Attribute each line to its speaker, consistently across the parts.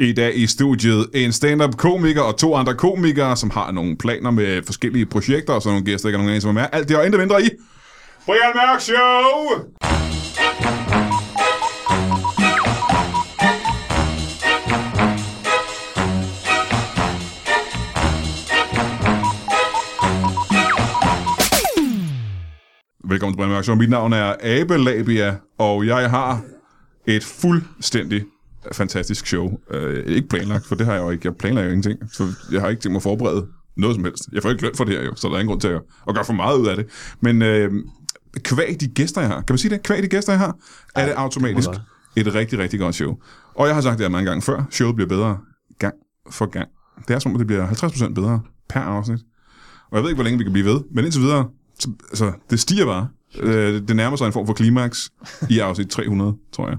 Speaker 1: I dag i studiet en stand-up-komiker og to andre komikere, som har nogle planer med forskellige projekter, og så nogle gæster, der ikke er nogen anelse, som er. Alt det og intet mindre i Brian Mørk Show! Velkommen til Brian Mørk Show. Mit navn er Abe Labia, og jeg har et fuldstændig fantastisk show. Øh, ikke planlagt, for det har jeg jo ikke. Jeg planlægger jo ingenting, så jeg har ikke tænkt mig at forberede noget som helst. Jeg får ikke løn for det her jo, så der er ingen grund til at, at gøre for meget ud af det. Men øh, kvæg de gæster, jeg har, kan man sige det? Kvæg de gæster, jeg har, er det automatisk et rigtig, rigtig godt show. Og jeg har sagt det her mange gange før, showet bliver bedre gang for gang. Det er som om, det bliver 50% bedere per afsnit. Og jeg ved ikke, hvor længe vi kan blive ved, men indtil videre, så, altså, det stiger bare. Øh, det nærmer sig en form for klimaks i afsnit 300, tror jeg.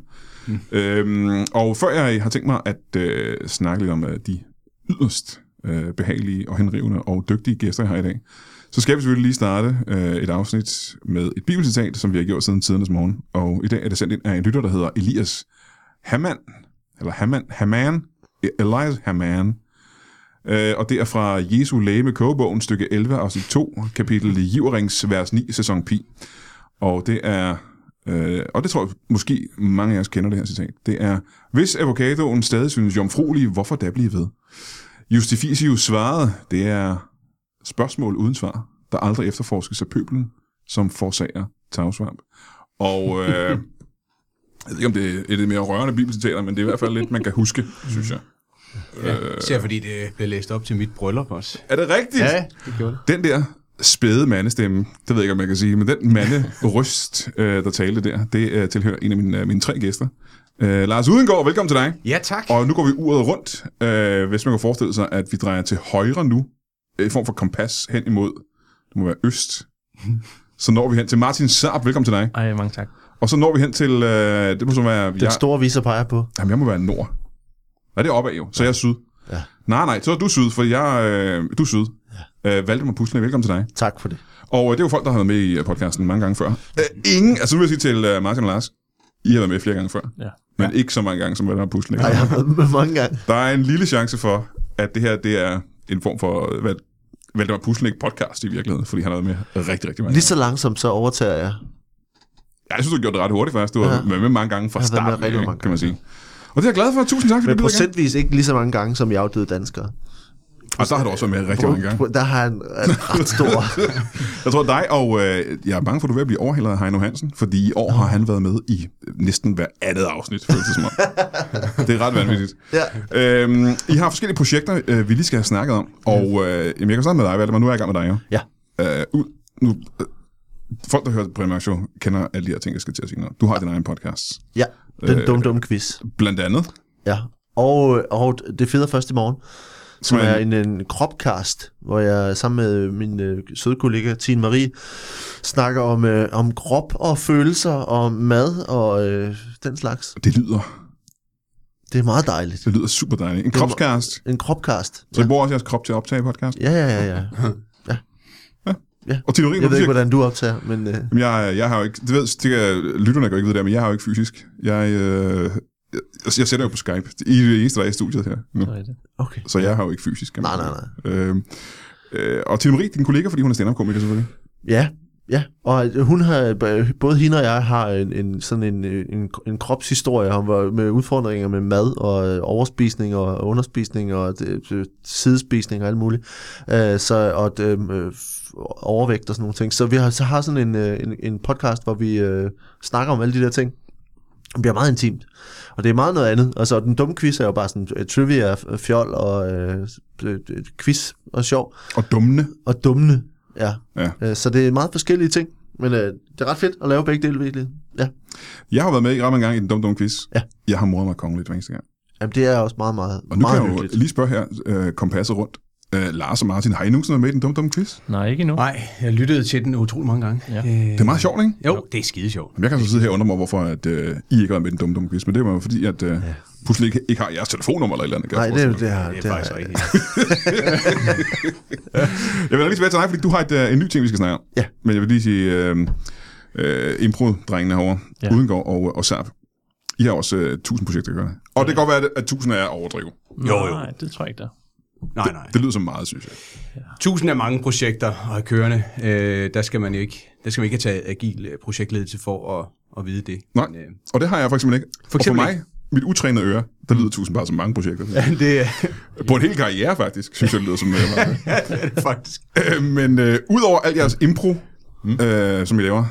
Speaker 1: Mm. Øhm, og før jeg har tænkt mig at øh, snakke lidt om øh, de yderst øh, behagelige og henrivende og dygtige gæster, jeg har i dag, så skal vi selvfølgelig lige starte øh, et afsnit med et bibelcitat, som vi har gjort siden tidernes morgen. Og i dag er det sendt ind af en lytter, der hedder Elias Hamann, eller Hamann, Hamann, Elias Hamann, Øh, og det er fra Jesu læge med kogebogen, stykke 11, afsnit 2, kapitel i Jiverings, vers 9, sæson pi. Og det er, øh, og det tror jeg måske mange af os kender det her citat, det er, hvis avocadoen stadig synes jomfruelig, hvorfor da blive ved? Justificius svarede, det er spørgsmål uden svar, der aldrig efterforskes af pøblen, som forsager tavsvamp. Og øh, jeg ved ikke, om det er et af de mere rørende bibelcitater, men det er i hvert fald lidt, man kan huske, synes jeg.
Speaker 2: Ja, Øh, især fordi det blev læst op til mit bryllup også.
Speaker 1: Er det rigtigt?
Speaker 2: det gjorde det.
Speaker 1: Den der spæde mandestemme, det ved jeg ikke, om jeg kan sige, men den manderyst, øh, der talte der, det øh, tilhører en af mine, øh, mine tre gæster. Øh, Lars Udengård, velkommen til dig.
Speaker 2: Ja, tak.
Speaker 1: Og nu går vi uret rundt, øh, hvis man kan forestille sig, at vi drejer til højre nu, øh, i form for kompas hen imod, det må være øst. Så når vi hen til Martin Saab, velkommen til dig.
Speaker 3: Ej, mange tak.
Speaker 1: Og så når vi hen til, øh, det må så være...
Speaker 3: Den store viser peger på.
Speaker 1: Jamen, jeg må være nord. Nej, det er opad jo, så jeg er syd. Ja. Nej, nej, så er du syd, for jeg, øh, du er syd. Ja. Øh, Valdemar Pusle, velkommen til dig.
Speaker 3: Tak for det.
Speaker 1: Og øh, det er jo folk, der har været med i øh, podcasten mange gange før. Øh, ingen, altså nu vil jeg sige til øh, Martin og Lars, I har været med flere gange før,
Speaker 3: Ja.
Speaker 1: men ikke så mange gange som Valdemar Pusle.
Speaker 3: Ej, jeg har været med mange gange.
Speaker 1: Der er en lille chance for, at det her det er en form for øh, Val- Valdemar Pusle podcast i virkeligheden, fordi han har været med rigtig, rigtig mange
Speaker 3: Lige så langsomt, så overtager jeg.
Speaker 1: gange. Ja, jeg synes, du har gjort det ret hurtigt faktisk. Du har
Speaker 3: Ja.
Speaker 1: været med mange gange fra
Speaker 3: Jeg har været med
Speaker 1: starten,
Speaker 3: rigtig
Speaker 1: af,
Speaker 3: mange
Speaker 1: kan man sige. Og det er jeg glad for. Tusind tak, fordi du
Speaker 3: Men
Speaker 1: bider igen.
Speaker 3: procentvis ikke lige så mange gange, som jeg afdøde danskere.
Speaker 1: Og der har du også været med rigtig mange gange.
Speaker 3: Der har han en ret stor...
Speaker 1: Jeg tror dig, og øh, jeg er bange for, at du er ved at blive overhældet af Heino Hansen, fordi i år har han været med i næsten hver andet afsnit, føles det som om. det er ret vanvittigt.
Speaker 3: ja.
Speaker 1: Øhm, I har forskellige projekter, øh, vi lige skal have snakket om, og øh, jamen, jeg kan starte med dig, Valdemar, nu er jeg i gang med dig jo.
Speaker 3: Ja.
Speaker 1: Øh, ud, nu, øh, folk, der hører Brian Mørk Show, kender alle de her ting, jeg skal til at sige noget. Du har din egen podcast,
Speaker 3: ja, den
Speaker 1: Øh,
Speaker 3: dum dum quiz.
Speaker 1: blandt andet.
Speaker 3: Ja. Og, og det fede er først i morgen, som
Speaker 1: Men-
Speaker 3: er en, en kropcast, hvor jeg sammen med min øh, søde kollega Tine Marie snakker om, øh, om krop og følelser og mad og øh, den slags.
Speaker 1: Det lyder,
Speaker 3: Det er meget dejligt.
Speaker 1: det lyder super dejligt. En kropscast,
Speaker 3: En kropcast.
Speaker 1: så I bruger også jeres krop til at optage podcast.
Speaker 3: Ja, ja, ja, ja.
Speaker 1: Og teorien,
Speaker 3: Jeg ved ikke, hvordan du optager, men øh,
Speaker 1: Jamen, Jeg, jeg har jo ikke, det ved, det kan, lytterne kan jo ikke vide det, men jeg har jo ikke fysisk. Jeg, øh, jeg, jeg sætter jo på Skype. I er det eneste, der er i studiet her nu.
Speaker 3: okay.
Speaker 1: Så jeg har jo ikke fysisk. kan man
Speaker 3: Nej, nej,
Speaker 1: sige. Øh, øh, og Tine Marie, din kollega, fordi hun er stand-up-komiker selvfølgelig.
Speaker 3: Ja, ja. Og øh, hun har, både hende og jeg har en, en sådan en, øh, en, en kropshistorie om, hvor- med udfordringer med mad og øh, overspisning og underspisning og det- øh, sidespisning og alt muligt. Øh, så, og øh, øh, overvægt og sådan nogle ting. Så vi har, så har sådan en, øh, en, en podcast, hvor vi øh, snakker om alle de der ting. Det bliver meget intimt. Og det er meget noget andet. Altså, den dumme quiz er jo bare sådan øh, trivia, øh, fjol og øh, øh, øh, quiz og sjov.
Speaker 1: Og dummende.
Speaker 3: Og dummende, ja.
Speaker 1: Ja.
Speaker 3: Øh, Så det er meget forskellige ting, men øh, det er ret fedt at lave begge dele virkelig. Ja,
Speaker 1: Jeg har været med i ret mange gange i den dumme, dumme quiz.
Speaker 3: Ja.
Speaker 1: Jeg har moret mig kongeligt hver eneste gang.
Speaker 3: Jamen, det er også meget, meget,
Speaker 1: Og nu
Speaker 3: meget
Speaker 1: kan jeg jo
Speaker 3: hyggeligt.
Speaker 1: lige spørge her, øh, kompasset rundt. Øh, Lars og Martin, har I nogensinde været med i den dumme, dumme quiz?
Speaker 4: Nej, ikke endnu.
Speaker 2: Nej, jeg lyttede til den utrolig mange gange.
Speaker 4: Ja.
Speaker 2: Øh,
Speaker 1: Det er meget sjovt, ikke?
Speaker 2: Jo, det er skide sjovt.
Speaker 1: Jamen, Jeg kan så sidde her og undre mig, hvorfor at, øh, I ikke har været med i den dumme, dumme quiz, men det var jo fordi, at øh, ja. pludselig ikke, ikke har jeres telefonnummer eller et eller andet. kan jeg
Speaker 3: Nej, det
Speaker 1: forestille
Speaker 3: er
Speaker 1: mig.
Speaker 3: jo
Speaker 2: Det er
Speaker 3: det her.
Speaker 2: faktisk rigtigt.
Speaker 1: Jeg vil lige tilbage til dig, fordi du har et, øh, en ny ting, vi skal snakke om.
Speaker 3: Ja.
Speaker 1: Men jeg vil lige sige, øh, øh, impro-drengene herovre, ja.
Speaker 4: Ja.
Speaker 1: Udengård og, og Serp, I har også øh, tusind projekter at gøre. Og det kan godt være, at tusind er overdrivet.
Speaker 2: Jo, jo.
Speaker 4: Nej, det tror jeg ikke, der.
Speaker 2: Nej, nej.
Speaker 1: Det lyder som meget, synes jeg.
Speaker 2: Tusind af mange projekter og er kørende. Øh, der skal man jo ikke, der skal man ikke have taget agil øh, projektledelse for at, at vide det.
Speaker 1: Nej,
Speaker 2: Men, øh,
Speaker 1: og det har jeg for eksempel ikke. For,
Speaker 2: eksempel
Speaker 1: og for mig, mit utrænede øre, der lyder tusind bare som mange projekter. Ja.
Speaker 2: det, er,
Speaker 1: På en hel karriere, faktisk, synes jeg, det lyder som øh, meget.
Speaker 2: det er det faktisk.
Speaker 1: Øh, Men øh, udover alt jeres impro, mm. øh, som I laver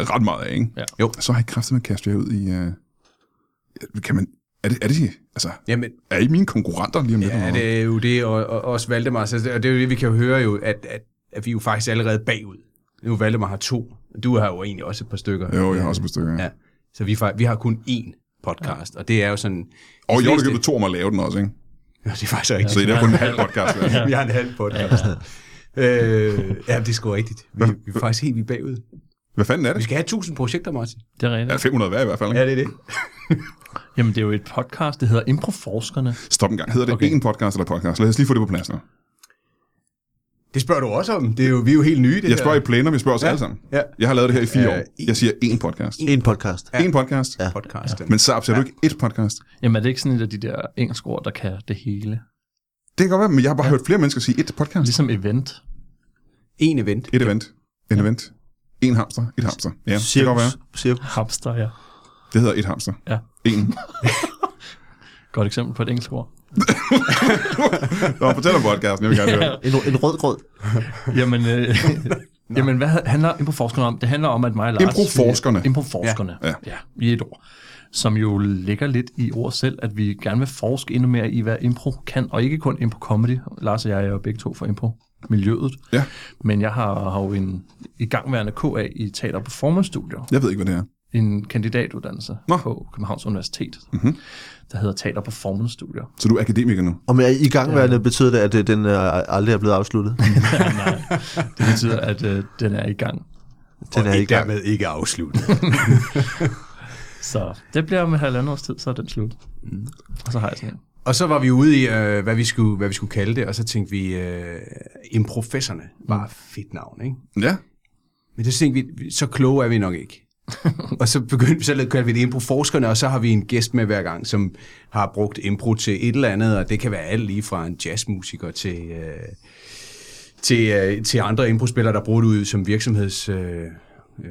Speaker 1: ret meget af, ikke?
Speaker 4: Ja.
Speaker 2: Jo.
Speaker 1: så har I kraftigt med at kaste jer ud i... Øh, kan man... Er det, er det altså,
Speaker 2: Jamen,
Speaker 1: er I mine konkurrenter lige om lidt?
Speaker 2: Ja,
Speaker 1: eller hvad?
Speaker 2: det er jo det, og, og også Valdemar. Så, og det er jo det, vi kan jo høre jo, at, at, at vi er jo faktisk allerede bagud. Nu Valdemar har to. Du har jo egentlig også et par stykker.
Speaker 1: Jo, jeg har også et par stykker. Ja.
Speaker 2: Ja. Så vi, er fa- vi har kun én podcast, ja. og det er jo sådan...
Speaker 1: Og
Speaker 2: de
Speaker 1: jeg har
Speaker 2: fleste-
Speaker 1: givet to om at lave den også, ikke?
Speaker 2: Ja, det er faktisk rigtigt.
Speaker 1: Så I er kun en halv podcast. Ja.
Speaker 2: Vi har en halv podcast. øh, ja, det er sgu rigtigt. Vi, vi er faktisk helt vi er bagud.
Speaker 1: Hvad fanden er det?
Speaker 2: Vi skal have 1000 projekter, Martin.
Speaker 4: Det er
Speaker 1: Ja,
Speaker 4: rigtigt.
Speaker 1: 500 hver i hvert fald.
Speaker 2: Ja,
Speaker 1: Ikke?
Speaker 2: det er det.
Speaker 4: Jamen, det er jo et podcast, det hedder Improforskerne.
Speaker 1: Stop en gang. Hedder det okay.
Speaker 4: Okay.
Speaker 1: én podcast eller podcast? Lad os lige få det på plads nu.
Speaker 2: Det spørger du også om. Det er jo, vi er jo helt nye, det
Speaker 1: Jeg spørger
Speaker 2: her
Speaker 1: i plenum, jeg spørger os
Speaker 2: Ja.
Speaker 1: alle sammen.
Speaker 2: Ja.
Speaker 1: Jeg har lavet det her i fire
Speaker 2: Øh,
Speaker 1: år.
Speaker 2: en-
Speaker 1: Jeg siger én podcast.
Speaker 3: En podcast.
Speaker 1: Én podcast.
Speaker 2: podcast. Ja.
Speaker 1: Men Saab, siger du ikke ét podcast?
Speaker 4: Jamen, er det ikke sådan et af de der engelske ord, der kan det hele?
Speaker 1: Det kan godt være, men jeg har bare hørt flere mennesker sige ét podcast.
Speaker 4: Ligesom event.
Speaker 2: En event.
Speaker 1: Et event. En event. En hamster. Et hamster. Ja, det kan godt være.
Speaker 3: Cirkus.
Speaker 4: Hamster, ja.
Speaker 1: Det hedder et hamster.
Speaker 4: Ja.
Speaker 1: En.
Speaker 4: Godt eksempel på et engelsk ord.
Speaker 1: Nå, fortæl om podcasten, jeg vil gerne høre. det.
Speaker 3: En, en rød grød.
Speaker 4: Jamen, øh, jamen hvad handler Improforskerne om? Det handler om, at mig og Lars...
Speaker 1: Improforskerne.
Speaker 4: Vi- Improforskerne,
Speaker 1: Ja.
Speaker 4: ja. ja. i et ord. Som jo ligger lidt i ordet selv, at vi gerne vil forske endnu mere i, hvad impro kan, og ikke kun impro-comedy. Lars og jeg er jo begge to fra impro-miljøet.
Speaker 1: Ja.
Speaker 4: Men jeg har, har jo en igangværende KA i teater- og performance-studier.
Speaker 1: Jeg ved ikke, hvad det er.
Speaker 4: En kandidatuddannelse
Speaker 1: Nå.
Speaker 4: på Københavns Universitet, mm-hmm. der hedder teater- og performance-studier.
Speaker 1: Så du er akademiker nu.
Speaker 3: Og med i gangværende betyder det, at øh, den øh, aldrig er blevet afsluttet.
Speaker 4: Det betyder, at øh, den er i gang.
Speaker 3: Den er i gang.
Speaker 2: dermed ikke afsluttet.
Speaker 4: Så det bliver om et halvandet års tid, så er den slut. Mm. Og så har jeg sådan en.
Speaker 2: Og så var vi ude i, øh, hvad, vi skulle, hvad vi skulle kalde det, og så tænkte vi, øh, improfessorerne var et fedt navn, ikke?
Speaker 1: Ja.
Speaker 2: Men det tænkte vi, så kloge er vi nok ikke. og så begyndte vi, så kaldte vi det improforskerne, og så har vi en gæst med hver gang, som har brugt impro til et eller andet, og det kan være alt lige fra en jazzmusiker til, øh, til, øh, til andre improspillere, der bruger det ud som virksomheds... Øh, øh,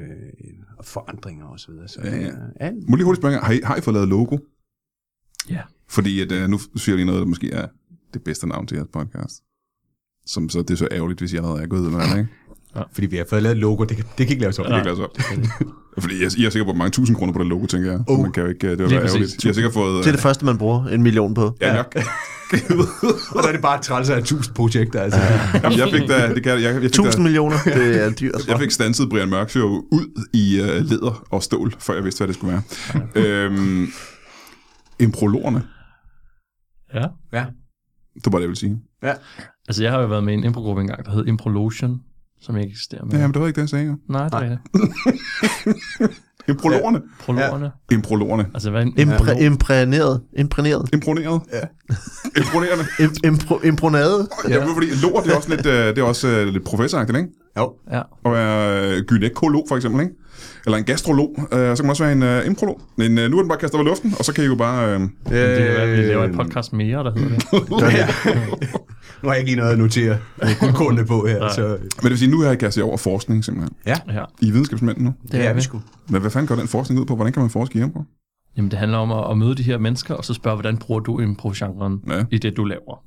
Speaker 2: forandringer og så videre. Så,
Speaker 1: Ja, ja.
Speaker 2: øh, alt.
Speaker 1: Må lige hurtigt spørge, har I, har I fået lavet logo?
Speaker 4: Ja.
Speaker 1: Fordi at, øh, nu siger jeg lige noget, der måske er det bedste navn til jeres podcast. Som så, det er så ærgerligt, hvis jeg allerede er gået ud med det, ikke?
Speaker 2: Fordi vi har fået lavet et logo, det kan, det kan ikke laves om.
Speaker 1: Det glæder sig op. Fordi jeg, I har sikkert brugt mange tusind kroner på det logo, tænker jeg. Oh. Man kan jo ikke, øh, det var
Speaker 4: Lige
Speaker 1: være
Speaker 4: præcis.
Speaker 1: ærgerligt. Jeg har sikkert fået...
Speaker 3: Det er det første, man bruger en million på.
Speaker 1: øh, Ja, jeg,
Speaker 2: Og så er det bare træls af tusind projekter, altså.
Speaker 1: jamen, jeg fik da... Det kan, jeg, jeg, fik da,
Speaker 3: 1000 millioner, det er dyrt.
Speaker 1: jeg fik stanset Brian Mørk Show ud i øh, læder og stål, før jeg vidste, hvad det skulle være. øhm, imprologerne,
Speaker 4: ja.
Speaker 2: Ja.
Speaker 1: det var det, jeg ville sige.
Speaker 2: ja.
Speaker 4: Altså, jeg har jo været med i en improgruppe engang, der hed Improlotion, som jeg ikke eksisterer med.
Speaker 1: Ja, men det var ikke det, jeg sagde. jo.
Speaker 4: Nej, det er det.
Speaker 1: Imprologerne.
Speaker 4: Prologerne. Ja.
Speaker 1: Imprologerne.
Speaker 4: Altså, hvad er en
Speaker 3: Impræ,
Speaker 4: improlog?
Speaker 3: imprægneret. Imprægneret.
Speaker 1: Imponeret. Ja. Imponerende.
Speaker 3: Im, impro, impronade.
Speaker 1: Ja. Jamen, fordi lort, det er også lidt, øh, det er også øh, lidt professoragtigt, ikke?
Speaker 2: Jo.
Speaker 4: Ja.
Speaker 1: At være øh, gynekolog, for eksempel, ikke? Eller en gastrolog. Øh, og så kan man også være en øh, improlog. Men øh, nu er den bare kastet op i luften, og så kan I jo bare... Øh,
Speaker 4: Men Det kan være, at vi laver
Speaker 2: Øh,
Speaker 4: en podcast mere, der hedder det.
Speaker 2: Ja. nu har jeg ikke lige noget at notere guldkornene på her. Så.
Speaker 1: men det vil sige, nu har I kastet jer over forskning, simpelthen.
Speaker 2: Ja,
Speaker 4: Ja,
Speaker 1: I er videnskabsmænd nu.
Speaker 4: det er vi.
Speaker 1: Men hvad fanden går den forskning ud på? Hvordan kan man forske i impro?
Speaker 4: Jamen, det handler om at, at møde de her mennesker, og så spørge, hvordan bruger du impro-genren
Speaker 1: Ja.
Speaker 4: ja. i det, du laver?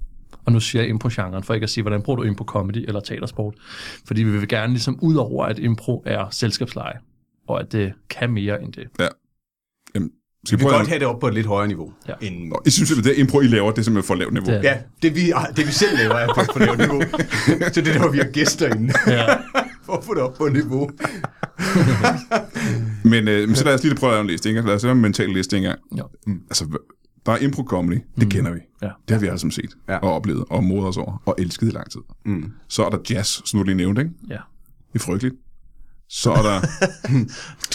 Speaker 4: Og nu siger jeg impro-genren, for ikke at sige, hvordan bruger du impro-comedy eller teatersport? Fordi vi vil gerne ligesom ud over, at impro er selskabsleje, og at det kan mere end det.
Speaker 1: Skal
Speaker 2: Vi
Speaker 1: prøve
Speaker 2: kan
Speaker 1: at-
Speaker 2: godt have det op på et lidt højere niveau.
Speaker 4: Ja.
Speaker 2: End,
Speaker 1: Nå, I synes, at det der impro, I laver, det er simpelthen for lavt niveau.
Speaker 4: Det er-
Speaker 2: ja det, vi, ah, det vi selv laver er på et for lavt niveau. så det er der, hvor vi har gæster inde.
Speaker 4: Ja.
Speaker 2: For at få det op på niveau.
Speaker 1: Men øh, men så lad os lige prøve at lave en liste, ikke? Lad os lave en mental liste engang.
Speaker 4: Jo.
Speaker 1: Altså, hva- der er impro-comedy,
Speaker 3: Mm.
Speaker 1: det kender vi.
Speaker 4: Ja.
Speaker 1: Det har vi alle sammen set ja.
Speaker 2: Ja.
Speaker 1: og oplevet og modet os over og elsket i lang tid. Mm. Så er der jazz, som du lige nævnte, ikke?
Speaker 4: ja.
Speaker 1: Det er frygteligt. Så er der...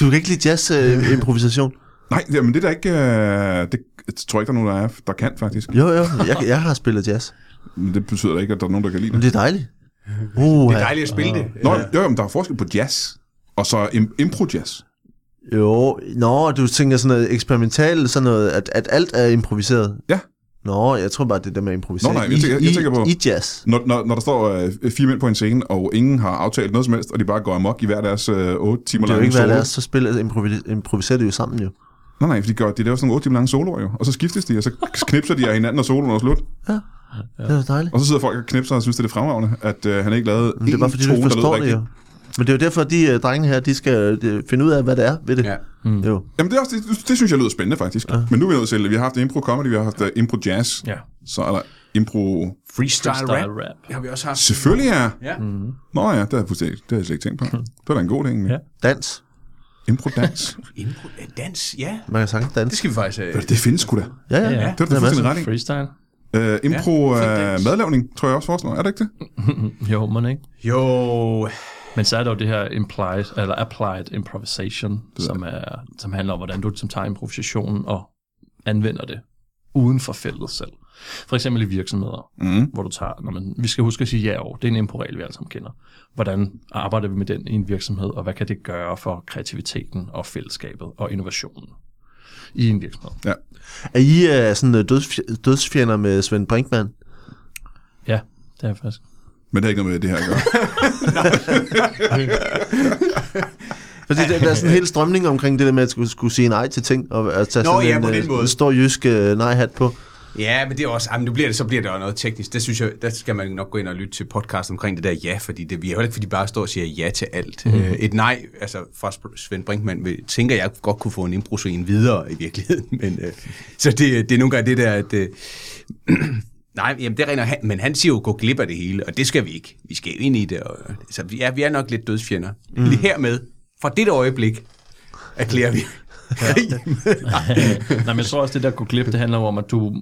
Speaker 3: Du kan ikke lide jazz øh, improvisation?
Speaker 1: Nej, men det er der ikke... øh, Det tror jeg ikke, der er nogen, der, er, der kan, faktisk.
Speaker 3: Jo, jo, jeg, jeg har spillet jazz.
Speaker 1: Men det betyder da ikke, at der er nogen, der kan lide
Speaker 3: Men
Speaker 1: det.
Speaker 3: det er dejligt. Uh,
Speaker 2: Det er dejligt at spille det.
Speaker 1: Nå, jo, jo, men der er forskel på jazz, og så im- impro-jazz.
Speaker 3: Jo, nå, du tænker sådan noget eksperimentalt, sådan noget, at, at alt er improviseret.
Speaker 1: Ja.
Speaker 3: Nå, jeg tror bare, det der med improviseret.
Speaker 1: Nå, nej, jeg tænker- jeg
Speaker 3: I,
Speaker 1: tænker på-
Speaker 3: I, I jazz.
Speaker 1: Når, når, når der står øh, fire mænd på en scene, og ingen har aftalt noget som helst, og de bare går amok i hver deres øh, 8 timer
Speaker 3: Det er jo
Speaker 1: lange
Speaker 3: ikke, hvad
Speaker 1: solo.
Speaker 3: det er, så spiller, improvis- improviserer det jo sammen jo.
Speaker 1: Nej, nej, for de, gør, de laver sådan nogle 8 timer lange soloer jo, og så skiftes de, og så knipser de af hinanden, og soloen er slut.
Speaker 3: Ja. Det er jo dejligt.
Speaker 1: Og så sidder folk og knipser og synes, det er fremragende, at øh, han ikke lavede
Speaker 3: Men det er bare fordi, du ikke forstår det jo. Men det er jo derfor, at de uh, drenge her, de skal øh, finde ud af, hvad det er ved det.
Speaker 2: Ja.
Speaker 3: Mm. Jo.
Speaker 1: Jamen det, er også, det, det, synes jeg lyder spændende faktisk. Ja. Men nu er vi nået til, at vi har haft impro comedy, vi har haft øh, impro jazz,
Speaker 4: Ja.
Speaker 1: så er der impro...
Speaker 2: Freestyle,
Speaker 4: Freestyle
Speaker 2: rap.
Speaker 4: rap. Mhm.
Speaker 2: Det har vi også haft.
Speaker 1: Selvfølgelig ja.
Speaker 2: Ja.
Speaker 1: Nå ja, det har jeg, fuldstændig- det har jeg slet ikke tænkt på.
Speaker 3: Hm.
Speaker 1: Det var da en god ting. Ja.
Speaker 4: Ja.
Speaker 3: Dans.
Speaker 1: Impro dans.
Speaker 2: Impro, ja, øh, dans, ja.
Speaker 3: Man kan sagtens
Speaker 2: Det
Speaker 3: danse.
Speaker 2: skal vi faktisk have.
Speaker 1: det findes sgu da.
Speaker 3: Ja, ja.
Speaker 4: Ja,
Speaker 3: ja.
Speaker 4: ja.
Speaker 3: ja.
Speaker 1: Det var da fuldstændig ret i.
Speaker 4: Freestyle.
Speaker 1: Øh, impro
Speaker 2: Ja, fed
Speaker 1: øh,
Speaker 2: dans.
Speaker 1: madlavning, tror jeg også forestår. Er det ikke det?
Speaker 4: Jo, man ikke.
Speaker 2: Jo,
Speaker 4: Men så er der jo det her implied, eller applied improvisation, som, er, som handler om, hvordan du som tager improvisationen og anvender det uden for feltet selv. For eksempel i virksomheder, mm. hvor du tager, når man, vi skal huske at sige ja over, det er en improregel, vi alle sammen kender. Hvordan arbejder vi med den i en virksomhed, og hvad kan det gøre for kreativiteten og fællesskabet og innovationen i en virksomhed?
Speaker 1: Ja.
Speaker 3: Er I uh, sådan uh, dødsf- dødsfjender med Svend Brinkmann?
Speaker 4: Ja, det er faktisk.
Speaker 1: Men det har ikke noget med det her at gøre.
Speaker 3: Fordi der, der er sådan en hel strømning omkring det der med, at skulle, skulle sige nej til ting, og at tage
Speaker 2: Nå,
Speaker 3: sådan
Speaker 2: ja,
Speaker 3: en,
Speaker 2: på
Speaker 3: øh,
Speaker 2: den måde.
Speaker 3: en stor jysk øh, nej-hat på.
Speaker 2: ja, men det er også, jamen, nu bliver det, så bliver det jo noget teknisk. Der, synes jeg, der skal man nok gå ind og lytte til podcast omkring det der ja, fordi det, vi er jo heller ikke, fordi bare står og siger ja til alt. Mm. Et nej, altså fra Sp- Svend Brinkmann, vil- tænker jeg godt kunne få en impro videre i virkeligheden. Men, øh, så det, det er nogle gange det der, at... Øh, Nej, jamen det regner han, men han siger jo, gå glip af det hele, og det skal vi ikke. Vi skal jo ind i det. Og, så vi er, vi er nok lidt dødsfjender. Mm. Lige hermed, fra det øjeblik, erklærer vi krig
Speaker 4: Nej, men jeg tror også, det der at gå glip, det handler jo om, at du,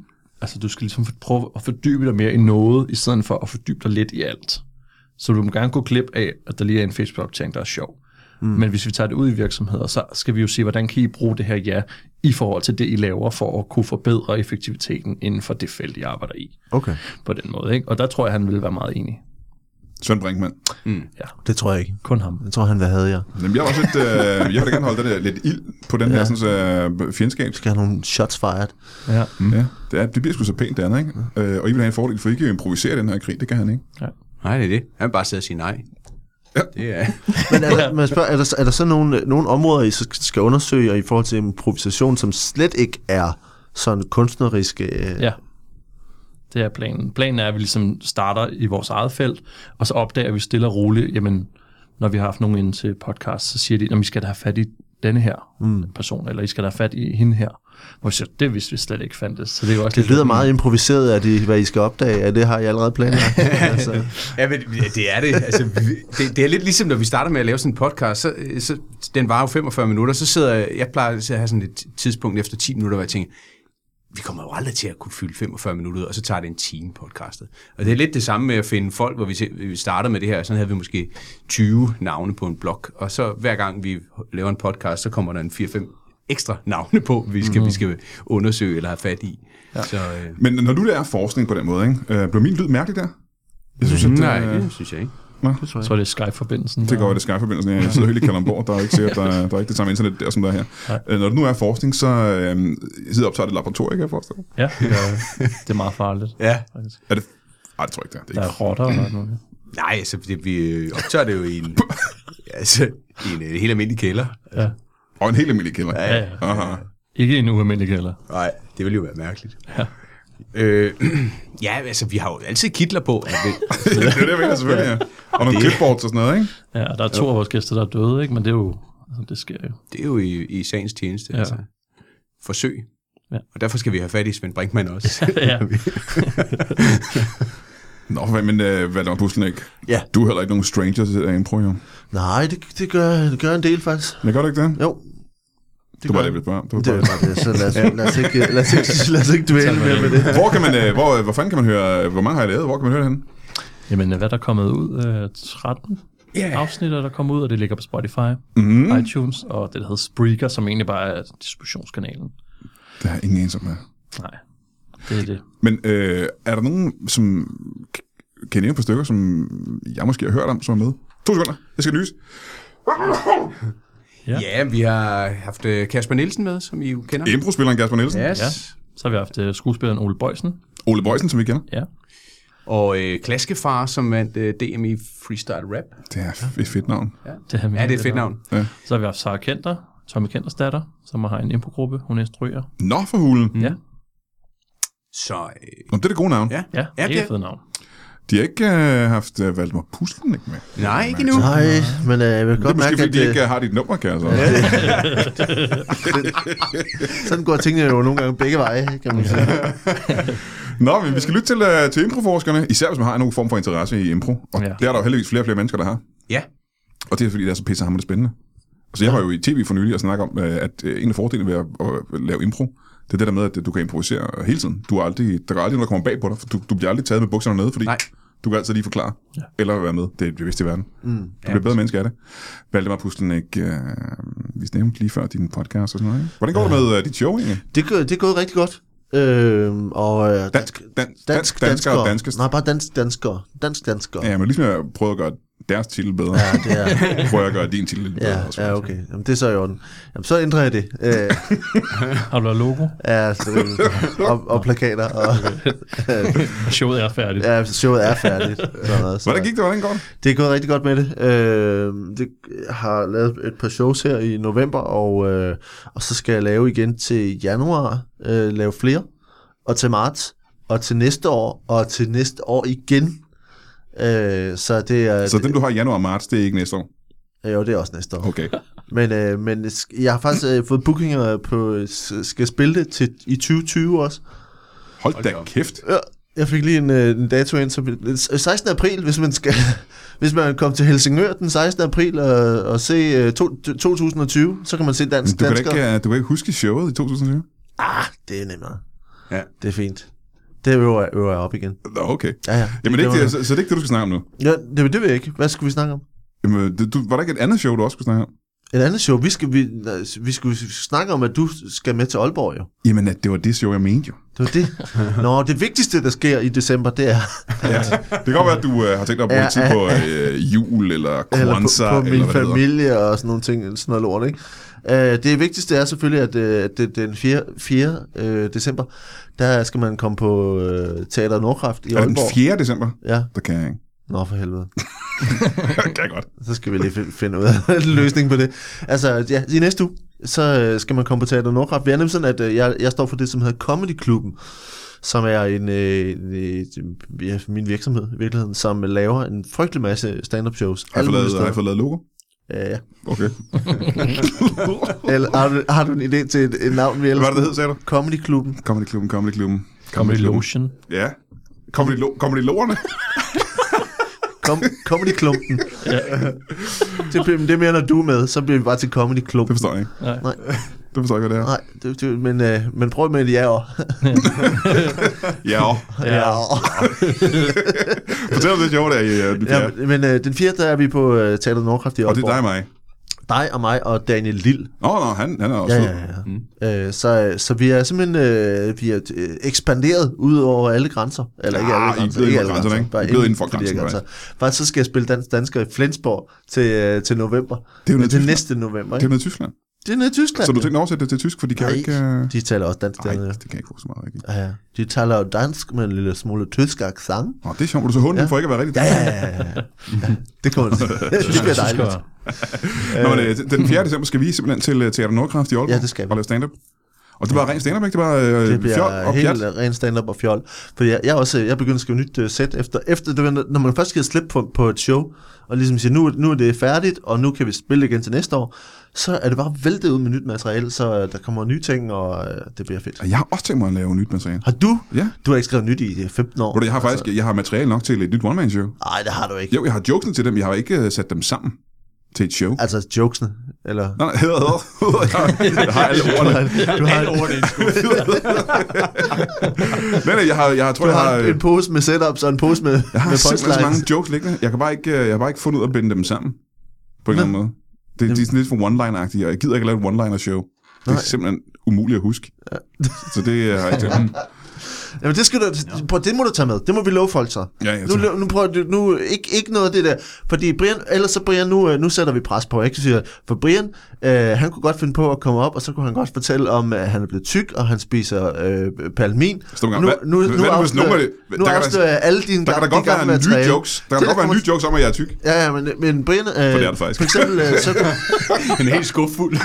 Speaker 4: altså, du skal ligesom for- prøve at fordybe dig mere i noget, i stedet for at fordybe dig lidt i alt. Så du må gerne gå glip af, at der lige er en Facebook-ting, der er sjov. Mm. Men hvis vi tager det ud i virksomheder, så skal vi jo se, hvordan kan I bruge det her ja, i forhold til det, I laver, for at kunne forbedre effektiviteten inden for det felt, I arbejder i.
Speaker 3: Okay.
Speaker 4: På den måde, ikke? Og der tror jeg, han ville være meget enig.
Speaker 1: Svend Brinkmann.
Speaker 3: Det tror jeg ikke.
Speaker 4: Kun ham.
Speaker 3: Jeg tror, han vil have jer.
Speaker 1: Jamen, jeg, var også lidt, øh, jeg vil da gerne holde det der lidt ild på den ja. her sådan, øh, fjendskab.
Speaker 3: Skal have nogle shots fired.
Speaker 4: Ja.
Speaker 1: Mm. Ja, det, er, det bliver sgu så pænt det andet, ikke? Øh, og I vil have en fordel, for I kan jo improvisere den her krig, det kan han ikke.
Speaker 2: Nej, det er det. Han vil bare sidde og sige nej.
Speaker 1: Ja.
Speaker 2: Det er,
Speaker 3: Men er der, må jeg spørge, er der, er der så nogle, øh, nogle områder, I så skal undersøge i forhold til improvisation, som slet ikke er sådan kunstneriske? Øh,
Speaker 4: Ja. Det er planen. Planen er, at vi ligesom starter i vores eget felt, og så opdager vi stille og roligt, jamen, når vi har haft nogen inde til podcast, så siger de, at vi skal da have fat i denne her mm. person, eller I skal da have fat i hende her. Hvor vi siger, det vidste vi slet ikke fandtes. Så det er jo også
Speaker 3: Det lyder meget improviseret, at I, hvad I skal opdage, at det har I allerede planlagt. altså,
Speaker 2: ja, men, ja, det er det. Altså, vi- det. Det er lidt ligesom, når vi starter med at lave sådan en podcast, så, øh, så den var jo 45 minutter, så sidder jeg, jeg plejer til at have sådan et tidspunkt efter 10 minutter, hvor jeg tænker, vi kommer jo aldrig til at kunne fylde 45 minutter ud, og så tager det en time podcastet. Og det er lidt det samme med at finde folk, hvor vi, se- vi starter med det her, sådan havde vi måske 20 navne på en blog, og så hver gang vi laver en podcast, så kommer der en 4-5 ekstra navne på, vi skal, mm.
Speaker 1: Mhm.
Speaker 2: vi skal undersøge eller have fat i. Ja. Så, øh,
Speaker 1: Men når nu det er forskning på den måde, ikke? Øh, blev min lyd mærkelig der? Jeg synes, at det,
Speaker 2: Mm, nej,
Speaker 1: øh,
Speaker 2: det synes jeg ikke.
Speaker 4: Jeg tror, det er Skype-forbindelsen.
Speaker 1: Det går jo, det er Skype-forbindelsen. Jeg sidder helt i Kalamborg, der er jo ikke sikkert, der, er- der er ikke det samme internet der, som der er her. Øh, når det nu er forskning, så øh, I sidder og optager det laboratorium, kan jeg forestille mig.
Speaker 4: Ja, det er, det er meget farligt.
Speaker 2: Ja,
Speaker 4: faktisk.
Speaker 1: Er det... Ej, det tror jeg ikke, det er. Det
Speaker 4: Der
Speaker 1: er
Speaker 4: er
Speaker 1: ikke.
Speaker 4: rotter og noget. muligt.
Speaker 2: Nej, altså, det, vi optager det jo i en, altså, i en øh, helt almindelig kælder.
Speaker 4: Ja.
Speaker 1: Og en helt almindelig kælder.
Speaker 4: Ja, ja.
Speaker 1: Aha.
Speaker 4: Ikke en ualmindelig heller.
Speaker 2: Nej, det ville jo være mærkeligt. Ja. Øh, ja, altså, vi har jo altid kitler på. og det-
Speaker 1: det er det, jeg mener selvfølgelig, ja. Og nogle clipboards og sådan noget, ikke?
Speaker 4: Ja, og der er to af vores gæster, der er døde, ikke? men det er jo, altså, det sker jo.
Speaker 2: Det er jo i, i sagens tjeneste, ja. altså. Forsøg.
Speaker 4: Ja.
Speaker 2: Ja. Og derfor skal vi have fat i Svend Brinkmann også.
Speaker 4: ja.
Speaker 1: Nå, hvad, men øh, hvad der puslen ikke?
Speaker 3: Ja.
Speaker 1: Du er heller ikke nogen stranger til det der impro, jo.
Speaker 3: nej, det, det, gør, det gør en del faktisk.
Speaker 1: Men gør du ikke det?
Speaker 3: Jo.
Speaker 1: Det var
Speaker 3: gør
Speaker 1: det, jeg ville spørge om. Det var
Speaker 3: Det er
Speaker 1: bare-
Speaker 3: bare det, så lad os, lad os ikke, lad os ikke, lad os ikke dvæle mere med det.
Speaker 1: Hvor kan man, øh, hvor, øh, hvor fanden kan man høre, øh, hvor mange har jeg lavet, hvor kan man høre det henne?
Speaker 4: Jamen, hvad er der kommet ud? Øh, 13
Speaker 2: Ja. Mhm.
Speaker 4: afsnit er der kommet ud, og det ligger på Spotify,
Speaker 1: Mm.
Speaker 4: iTunes og det, der hedder Spreaker, som egentlig bare er distributionskanalen.
Speaker 1: Det har jeg ingen anelse om, hvad er.
Speaker 4: Nej, det er det.
Speaker 1: Men øh, er der nogen, som kan nævne på stykker, som jeg måske har hørt om, som er med? To sekunder, jeg skal lyse.
Speaker 4: Ja.
Speaker 2: Ja, vi har haft øh, Kasper Nielsen med, som I jo kender.
Speaker 1: Impro-spilleren Kasper Nielsen.
Speaker 2: Yes.
Speaker 4: Ja. Så har vi haft øh, skuespilleren Ole Bøjsen.
Speaker 1: Ole Bøjsen, som vi kender.
Speaker 4: Ja.
Speaker 2: Og øh, Klaskefar, som vandt øh, DM i Freestyle Rap.
Speaker 1: Det er f- et fedt navn.
Speaker 4: Det er,
Speaker 2: Ja, det er et fedt navn.
Speaker 4: Så har vi haft Sara Kenter, Tommy Kenters datter, som har en improgruppe, hun instruerer.
Speaker 2: Mhm.
Speaker 1: Nå for hulen.
Speaker 4: Mm. Ja,
Speaker 2: Så øh,
Speaker 1: Nå, det er det gode navn.
Speaker 2: ja.
Speaker 4: ja,
Speaker 2: Ja,
Speaker 4: ja det er
Speaker 2: det-
Speaker 4: et fedt navn.
Speaker 1: De har ikke øh, haft øh, Valdemar Puslen ikke med.
Speaker 2: Nej, ikke endnu.
Speaker 3: Nej, men øh, jeg vil
Speaker 1: Det
Speaker 3: godt
Speaker 1: er måske,
Speaker 3: mærke,
Speaker 1: fordi
Speaker 3: at
Speaker 1: de
Speaker 3: det,
Speaker 1: ikke øh, har dit nummer, kan jeg så.
Speaker 3: sådan går tingene jo nogle gange begge veje, kan man sige.
Speaker 1: Nå, men vi skal lytte til, øh, til improforskerne, især hvis man har en form for interesse i impro. Og
Speaker 4: Ja.
Speaker 1: det er der jo heldigvis flere og flere mennesker, der har.
Speaker 2: Ja.
Speaker 1: Og det er fordi, det er så pissehammerende spændende. Altså, jeg var jo i tv for nylig og snakke om, øh, at øh, en af fordelene ved at, at lave impro, det er det der med, at du kan improvisere hele tiden. Du er aldrig, der er aldrig nogen, der kommer bag på dig, for du, du bliver aldrig taget med bukserne nede, fordi
Speaker 2: Nej.
Speaker 1: du kan altid lige forklare, ja. eller være med. Det er det bedste i verden. Mm, du bliver bedre menneske af det. Valdemar Puslen, ikke, øh, vi nævnte lige før din podcast og sådan noget. Ikke? Hvordan går ja. det med øh, dit show egentlig?
Speaker 3: Det, går- det er gået rigtig godt. Øhm, og, øh,
Speaker 1: Dansk, dan, dansk, dansker og danske.
Speaker 3: Nej, bare dansk danskere. Dansk danskere.
Speaker 1: Ja, men ligesom jeg prøver at gøre deres titel bedre, ja.
Speaker 3: det er,
Speaker 1: prøver jeg at gøre din titel lidt bedre. også.
Speaker 3: ja, ja, okay. Jamen, det er så i orden. Jamen, så ændrer jeg det. Øh,
Speaker 4: Har du lavet logo?
Speaker 3: ja, så, og, og plakater. Og,
Speaker 4: Og showet er færdigt. Ja.
Speaker 3: ja, showet er færdigt. Sådan noget, så.
Speaker 1: Hvordan gik det? Hvordan går det?
Speaker 3: Det er gået rigtig godt med det. Øh, det har lavet et par shows her i november, og, øh, og så skal jeg lave igen til januar, øh, lave flere, og til marts, og til næste år, og til næste år igen. Øh, så det er...
Speaker 1: Så dem, du har i januar og marts, det er ikke næste år?
Speaker 3: Jo, det er også næste år.
Speaker 1: Okay.
Speaker 3: Men, øh, men sk- jeg har faktisk øh, fået bookinger på, øh, s- skal spille det til, i 2020 også.
Speaker 1: Hold da
Speaker 2: op.
Speaker 1: kæft.
Speaker 3: Ja, jeg fik lige en, øh, en dato ind, som øh, 16. april, hvis man skal, hvis man kommer til Helsingør den 16. april og, og se øh, to, 2020, så kan man se
Speaker 1: Men
Speaker 3: dansk
Speaker 1: Du kan, da
Speaker 3: dansker.
Speaker 1: ikke, øh, du kan ikke huske showet i 2020?
Speaker 3: Ah, det er nemmere.
Speaker 2: Ja.
Speaker 3: Det er fint. Det øver jeg, øver jeg op igen.
Speaker 1: Nå, okay.
Speaker 3: Ja, ja.
Speaker 1: Jamen, det er ikke,
Speaker 3: gjorde
Speaker 1: det, så, så det er ikke det, du skal snakke om nu.
Speaker 3: jeg. Ja, det, det vil jeg ikke. Hvad skulle vi snakke om?
Speaker 1: Jamen, det, du, var der ikke et andet show, du også skulle snakke om?
Speaker 3: Et andet show. Vi skal, vi, nej, vi skal snakke om, at du skal med til Aalborg, jo.
Speaker 1: Jamen, at det var det show, jeg mente jo.
Speaker 3: Det var det. Nå, det vigtigste, der sker i december, det er,
Speaker 1: Ja. Det kan godt være, at du øh, har tænkt dig at bruge
Speaker 3: Ja,
Speaker 1: tid
Speaker 3: ja,
Speaker 1: på øh, jul eller
Speaker 3: eller på,
Speaker 1: kwanzaa,
Speaker 3: på min
Speaker 1: eller hvad det hedder.
Speaker 3: familie og sådan nogle ting, sådan noget lort, ikke? Øh, det vigtigste er selvfølgelig, at øh, det, den 4. 4. Øh, december, der skal man komme på øh, Teater Nordkraft i
Speaker 1: Er det den
Speaker 3: Aalborg.
Speaker 1: 4. december?
Speaker 3: Ja,
Speaker 1: Der kan jeg ikke.
Speaker 3: nå for helvede.
Speaker 1: kan jeg godt.
Speaker 3: Så skal vi lige fi- finde ud af en løsning på det. Altså, ja, i næste uge, så øh, skal man komme på Teater Nordkraft. Det er nemlig sådan, at øh, jeg, jeg står for det, som hedder Comedy Klubben, som er en, øh, en, øh, ja, min virksomhed i virkeligheden, som laver en frygtelig masse stand-up shows.
Speaker 1: Har jeg fået lavet, har jeg
Speaker 3: steder.
Speaker 1: fået lavet logo?
Speaker 3: Ja, ja.
Speaker 1: Okay.
Speaker 3: Eller har du, har du en idé til et, et navn, vi ellers...
Speaker 1: Hvad var det, det hed, sagde du?
Speaker 3: Comedy Klubben.
Speaker 1: Comedy Klubben, Comedy Klubben.
Speaker 4: Comedy Lotion.
Speaker 1: Ja. Comedy, lo- comedy Lorene.
Speaker 3: Kom, comedy Klumpen. det, bliver, det er mere, når du er med, så bliver vi bare til Comedy
Speaker 1: Det
Speaker 3: Klumpen.
Speaker 1: forstår jeg ikke.
Speaker 4: Nej.
Speaker 3: Nej,
Speaker 1: Det forstår jeg ikke, hvad det er.
Speaker 3: nej det, det, men, øh, men prøv med et ja år.
Speaker 1: Ja. og.
Speaker 4: Ja.
Speaker 1: Fortæl om det show, der i øh, den 4.
Speaker 3: ja, men- men øh, den 4. der er vi på øh, Teater Nordkraft i
Speaker 1: og det
Speaker 3: Aalborg.
Speaker 1: er dig og mig.
Speaker 3: dig og mig og Daniel Lille.
Speaker 1: Nå, nå, han, han er også
Speaker 3: Ja,
Speaker 1: fed.
Speaker 3: ja, ja. Mm. Øh, så, så vi er simpelthen øh, vi er, øh, ekspanderet ud over alle grænser. Eller ikke
Speaker 1: Ah,
Speaker 3: alle
Speaker 1: I er
Speaker 3: grænser.
Speaker 1: blevet
Speaker 3: ikke
Speaker 1: inden for
Speaker 3: alle
Speaker 1: grænserne, ikke? I er blevet inden for grænserne,
Speaker 3: Faktisk så skal jeg spille dansk dansker i Flensborg til, øh, til november.
Speaker 1: Det er jo
Speaker 3: Men
Speaker 1: nede i
Speaker 3: til
Speaker 1: Tyskland.
Speaker 3: næste november.
Speaker 1: Det er
Speaker 3: Ikke?
Speaker 1: jo nede i Tyskland.
Speaker 3: Det er nede i Tyskland.
Speaker 1: Så du
Speaker 3: jo.
Speaker 1: tænkte at oversætte det til tysk, for de kan jo
Speaker 3: Nej,
Speaker 1: ikke... øh,
Speaker 3: de taler også dansk
Speaker 1: Nej,
Speaker 3: dernede.
Speaker 1: det kan jeg ikke huske så meget rigtigt.
Speaker 3: Ja, ja. De taler jo dansk med en lille smule tysk accent.
Speaker 1: Nå, det er sjovt, hvor du så hunden ja. for ikke at være rigtig
Speaker 3: Ja, ja, ja, ja. ja. Det kommer til. det bliver dejligt.
Speaker 4: Tyskere.
Speaker 1: Nå, men, øh, den 4. december skal vi simpelthen til øh, Teater Nordkraft i Aalborg.
Speaker 3: Ja, det skal vi.
Speaker 1: Og lave stand-up. Og det var rent stand-up, ikke? Det var øh,
Speaker 3: Det bliver
Speaker 1: fjol og pjat.
Speaker 3: helt øh, ren stand-up og fjol. Fordi jeg, jeg, er også, øh, jeg begyndte at skrive nyt uh, sæt. Efter, efter det, var- når man først giver slip på, på et show, og ligesom siger, nu, nu er det færdigt, og nu kan vi spille igen til næste år, så er det bare væltet ud med nyt materiale, så øh, der kommer nye ting, og øh, det bliver fedt.
Speaker 1: Og jeg har også tænkt mig at lave nyt materiale.
Speaker 3: Har du?
Speaker 1: Ja.
Speaker 3: Du har ikke skrevet nyt i øh, 15 år? Altså,
Speaker 1: Hvor jeg har faktisk jeg har materiale nok til et nyt one-man-show.
Speaker 3: Nej, det har du ikke.
Speaker 1: Jo, jeg har jokesen til dem, jeg har ikke øh, sat dem sammen til et show.
Speaker 3: Altså jokesene, eller...
Speaker 1: Nej, nej, hedder, hedder, hedder. Jeg, har- jeg har alle ordene.
Speaker 3: Du har,
Speaker 1: Nej, nej, jeg har, jeg tror,
Speaker 3: du
Speaker 1: jeg har...
Speaker 3: har en,
Speaker 1: øh,
Speaker 3: en pose med setups og en pose med,
Speaker 1: Jeg har
Speaker 3: med
Speaker 1: simpelthen så
Speaker 3: punchlines.
Speaker 1: mange jokes liggende. Jeg, kan bare ikke, øh, jeg har bare ikke fundet ud af at binde dem sammen. På en eller anden måde. Det, de er sådan lidt for one-liner-agtige, og jeg gider ikke lave et one-liner-show. Det er simpelthen umuligt at huske. Så det øh, har jeg ikke tænkt mig.
Speaker 3: Jamen, det, skal du, prøv, det må du tage med. Det må vi love folk så.
Speaker 1: Ja, ja,
Speaker 3: nu,
Speaker 1: tak.
Speaker 3: nu prøver du, nu, ikke, ikke noget af det der. Fordi Brian, ellers så Brian, nu, øh, nu sætter vi pres på, ikke? Siger, For Brian, øh, han kunne godt finde på at komme op, og så kunne han godt fortælle om, at han er blevet tyk, og han spiser øh, palmin.
Speaker 1: Stop en gang. Hvad- hvad er det, hvis nogen af det-
Speaker 3: nu
Speaker 1: der kan der-
Speaker 3: afslører jeg alle dine
Speaker 1: Der kan da
Speaker 3: gamle-
Speaker 1: godt
Speaker 3: de
Speaker 1: være
Speaker 3: gamle
Speaker 1: nye
Speaker 3: materiale.
Speaker 1: jokes. Der kan
Speaker 3: Til
Speaker 1: da godt være
Speaker 3: kommer-
Speaker 1: nye jokes om, at jeg er tyk.
Speaker 3: Ja, ja, men, men Brian... Øh,
Speaker 1: det er det faktisk.
Speaker 3: For eksempel, øh, så kunne,
Speaker 2: En helt skuffuld.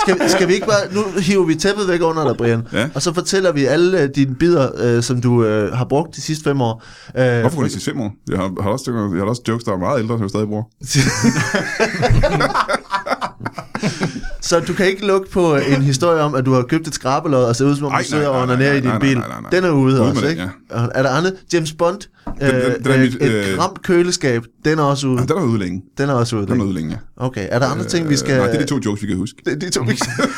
Speaker 3: skal, skal vi ikke bare... Nu hiver vi tæppet væk under dig, Brian.
Speaker 1: Ja.
Speaker 3: Og så fortæller vi alle øh, dine bidder, øh, som du øh, har brugt de sidste fem år. Øh,
Speaker 1: Hvorfor kunne det sige fem år? Jeg har, har, også, stykker- jeg har også jokes, der er meget ældre, som jeg stadig bruger.
Speaker 3: Så du kan ikke lukke på øh, en historie om, at du har købt et skrabelod og ser ud som om
Speaker 1: Ej,
Speaker 3: du sidder
Speaker 1: nej, nej,
Speaker 3: og
Speaker 1: nej,
Speaker 3: onanerer i
Speaker 1: nej,
Speaker 3: din
Speaker 1: nej,
Speaker 3: bil.
Speaker 1: nej, nej, nej.
Speaker 3: Den er ude,
Speaker 1: Ude med
Speaker 3: også,
Speaker 1: den,
Speaker 3: ikke? Og Er der andet? James Bond, øh,
Speaker 1: den- den er
Speaker 3: øh,
Speaker 1: mit, øh,
Speaker 3: et kramt køleskab, den er også ude.
Speaker 1: Men den er ude længe.
Speaker 3: Den er også ude.
Speaker 1: Den er
Speaker 3: ikke?
Speaker 1: ude længe, ja.
Speaker 3: Okay, er der andre ting, vi skal...
Speaker 1: Øh, Nej, det er de to jokes, vi kan huske.
Speaker 3: Det er de to, vi skal...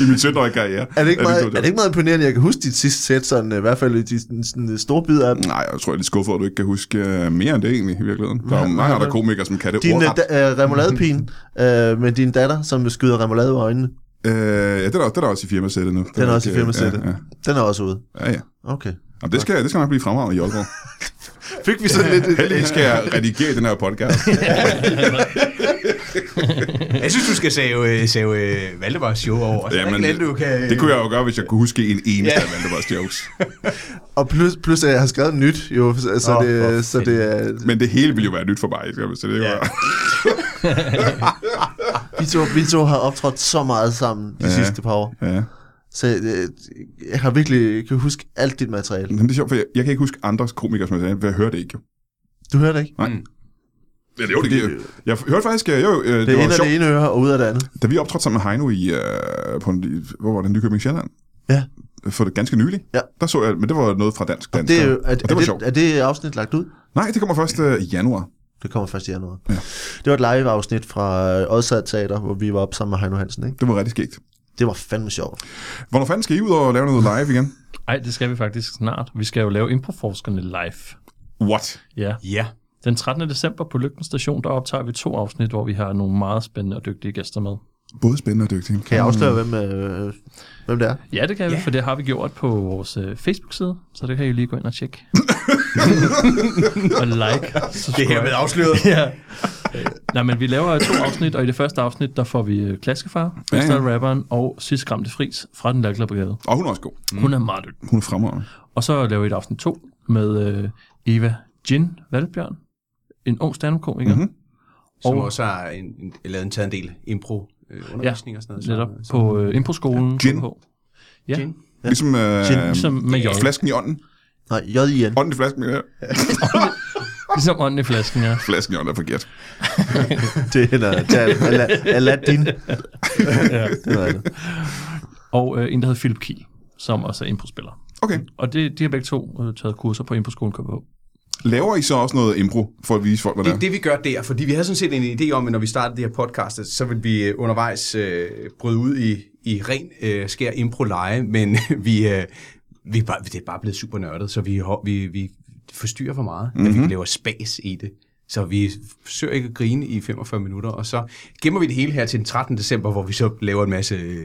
Speaker 1: I min 17-årige karriere.
Speaker 3: Er det, ikke
Speaker 1: de
Speaker 3: meget,
Speaker 1: to
Speaker 3: er det
Speaker 1: jokes.
Speaker 3: ikke meget imponerende, at jeg kan huske dit sidste sæt, sådan, øh, i hvert fald i de sådan, sådan, øh, store bidder af dem?
Speaker 1: Nej, jeg tror, jeg er lidt skuffet, at du ikke kan huske øh, mere end det egentlig, i virkeligheden. Der er jo mange andre komikere, som kan det
Speaker 3: Din øh,
Speaker 1: ordret.
Speaker 3: da- øh, remoladepin øh, med din datter, som skyder remoulade i øjnene,
Speaker 1: Øh, ja, den er, den er også i firmasættet nu.
Speaker 3: den er også i
Speaker 1: ikke, øh,
Speaker 3: firmasættet.
Speaker 1: Ja, ja.
Speaker 3: Den er også ude.
Speaker 1: ja, ja.
Speaker 3: Okay.
Speaker 1: Jamen, det, skal, det skal nok blive fremragende i Aalborg.
Speaker 3: Fik vi sådan lidt...
Speaker 1: Heldigvis skal jeg redigere den her podcast.
Speaker 2: Jeg synes, du skal save, øh, save øh, Valdemars show over. Så er der ikke noget, du kan... øh,
Speaker 1: det kunne jeg jo gøre, hvis jeg kunne huske en eneste af Valdemars jokes.
Speaker 3: Og plus, plus at jeg har skrevet nyt, jo, så, så,
Speaker 2: Åh,
Speaker 3: oh,
Speaker 2: hvor
Speaker 3: det, så det er...
Speaker 1: Men det hele ville jo være nyt for mig, skal jeg- så det er jo...
Speaker 3: Vi to, vi to har optrådt så meget sammen de
Speaker 1: Ja.
Speaker 3: ja. sidste par år.
Speaker 1: Ja.
Speaker 3: Så øh, jeg har virkelig, kan huske alt dit materiale.
Speaker 1: Men det er sjovt, for jeg, jeg kan ikke huske andre komikere, som jeg sagde, for jeg hører det ikke jo.
Speaker 3: Du hører det ikke?
Speaker 1: Nej. Ja, det er jo det. Jeg, jeg hørte faktisk, øh, jo, øh, det,
Speaker 3: Det er
Speaker 1: var
Speaker 3: ind af
Speaker 1: sjovt,
Speaker 3: det ene øre og ud af det andet.
Speaker 1: da vi optrådte sammen med Heino i, øh, på en, i- hvor var det, Nykøbing Sjælland?
Speaker 3: Ja.
Speaker 1: For det ganske nylig.
Speaker 3: Ja.
Speaker 1: Der så jeg, men det var noget fra Dansk Dansk.
Speaker 3: Det er, jo, er,
Speaker 1: og
Speaker 3: er,
Speaker 1: det var sjovt.
Speaker 3: det, er det afsnit lagt ud?
Speaker 1: Nej, det kommer først øh, i januar.
Speaker 3: Det kommer først i januar.
Speaker 1: Ja.
Speaker 3: Det var et live-afsnit fra øh, Odsad Teater, hvor vi var op sammen med Heino Hansen. Ikke?
Speaker 1: Det var rigtig skægt.
Speaker 3: Det var fandme sjovt.
Speaker 1: Hvornår fanden skal I ud og lave noget live igen?
Speaker 4: Nej, det skal vi faktisk snart. Vi skal jo lave Improforskerne live.
Speaker 1: What?
Speaker 4: Ja.
Speaker 2: Ja.
Speaker 4: Den 13. december på Lygten Station, der optager vi to afsnit, hvor vi har nogle meget spændende og dygtige gæster med.
Speaker 1: Både spændende og dygtige.
Speaker 3: Kan jeg afsløre,
Speaker 1: Mm.
Speaker 3: hvem, øh, hvem det er?
Speaker 4: Ja, det kan vi,
Speaker 2: Ja.
Speaker 4: for det har vi gjort på vores øh, Facebook-side, så det kan I lige gå ind og tjekke. og like.
Speaker 2: Det er hermed afsløret.
Speaker 4: Ja. Øh, Nej, men vi laver to afsnit, og i det første afsnit, der får vi øh, Klaskefar,
Speaker 1: Ja, ja.
Speaker 4: freestyle-rapperen og Sis Gramte Fris fra den lærklæde brigade.
Speaker 1: Og hun er også god.
Speaker 4: Hun er meget dygtig.
Speaker 1: Hun er fremragende.
Speaker 4: Og så laver vi et afsnit to med øh, Eva Jin Valbjørn, en ung stand-up-komiker.
Speaker 1: Mhm.
Speaker 4: Mm-hmm.
Speaker 2: Som
Speaker 4: Og-
Speaker 2: også har en, en, lavet en, taget en del impro øh, undervisning og sådan noget. så-
Speaker 4: Netop
Speaker 2: så-
Speaker 4: på øh, Improskolen.
Speaker 1: Gin.
Speaker 4: KH. Ja,
Speaker 2: Gin.
Speaker 1: Ligesom, øh,
Speaker 3: Gin.
Speaker 4: ligesom med jord.
Speaker 1: flasken i ånden.
Speaker 3: Nej, J.I.N.
Speaker 1: Ånden i flasken. Ja.
Speaker 4: Ligesom ånden i flasken, ja.
Speaker 1: Flasken i ånden er forkert.
Speaker 3: Det er hende, der er Ala- Aladdin. det var det.
Speaker 4: Og øh, en, der hedder Philip Kiel, som også er improspiller.
Speaker 1: Okay.
Speaker 4: Og det, de har begge to øh, taget kurser på Improskolen KBH.
Speaker 1: Laver I så også noget impro, for at vise folk, hvad det
Speaker 2: Det,
Speaker 1: er?
Speaker 2: det vi gør der, fordi vi havde sådan set en idé om, at når vi startede det her podcast, så ville vi øh, undervejs øh, bryde ud i, i ren øh, skær impro-leje, men vi, øh, vi er bare, det er bare blevet super nørdet, så vi, ho- vi, vi forstyrrer for meget, mm-hmm. at vi laver spas i det. Så vi forsøger ikke at grine i 45 minutter, og så gemmer vi det hele her til den 13. december, hvor vi så laver en masse øh,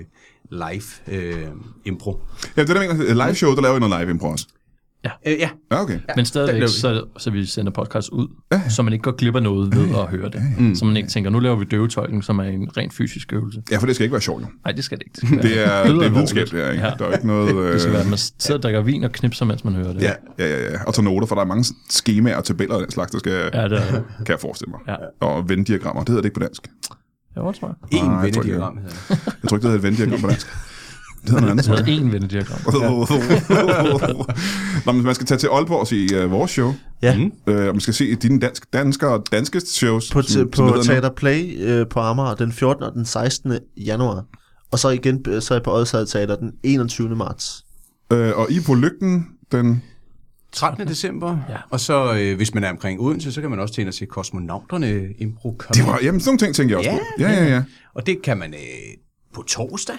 Speaker 2: live øh, impro.
Speaker 1: Ja, det er det, jeg mener. Live show, der laver I noget live impro også.
Speaker 2: Øh, ja,
Speaker 1: Ja, okay.
Speaker 2: Ja,
Speaker 4: Men
Speaker 2: den
Speaker 4: stadigvæk,
Speaker 2: laver vi.
Speaker 4: så, så vi sender podcast ud, ja. så man ikke går glip af noget ved at høre det. Mm. Så man ikke tænker, nu laver vi døvetolken, som er en rent fysisk øvelse.
Speaker 1: Ja, for det skal ikke være sjovt, jo.
Speaker 4: Nej, det skal det ikke. Det skal,
Speaker 1: Det er,
Speaker 4: lyder
Speaker 1: det er
Speaker 4: alvorligt.
Speaker 1: videnskab, det er, ikke? Der er jo ikke noget...
Speaker 4: det skal
Speaker 1: øh,
Speaker 4: være, at man sidder og drikker vin og knipser, mens man hører det.
Speaker 1: Ja, ja, ja, ja. Og tage noter, for der er mange skemaer og tabeller og den slags, der skal,
Speaker 4: Ja, det er
Speaker 1: kan jeg forestille mig.
Speaker 4: Ja.
Speaker 1: Og venddiagrammer, det hedder det ikke på dansk.
Speaker 4: ja, tror jeg.
Speaker 2: en
Speaker 1: Nej, jeg tror ikke, det er.
Speaker 2: vennediagram hedder det.
Speaker 1: Jeg tror ikke, det hedder et venddiagram på dansk. Det hedder noget andet,
Speaker 4: Det
Speaker 1: tror jeg.
Speaker 4: hedder Altså, én vendediagram.
Speaker 1: Nå, men man skal tage til Aalborg og se uh, vores show.
Speaker 3: Ja.
Speaker 1: Uh, og man skal se dine dansk, danskere og danske shows.
Speaker 3: På,
Speaker 1: som-
Speaker 3: t-
Speaker 1: som det
Speaker 3: på
Speaker 1: hedder nu.
Speaker 3: Teater Play øh, på Amager den 14. og den 16. januar. Og så igen øh, så er jeg på Odsad Teater den 21. marts.
Speaker 1: Øh, og I er på lygten, den...
Speaker 2: 13. december,
Speaker 4: Ja.
Speaker 2: ja. og så øh, hvis man er omkring Odense, så kan man også tænke og se Kosmonauterne impro
Speaker 1: Det var, jamen, sådan nogle ting tænker jeg også
Speaker 2: Ja,
Speaker 1: på. Ja, ja, ja.
Speaker 2: Og det kan man øh, på torsdag,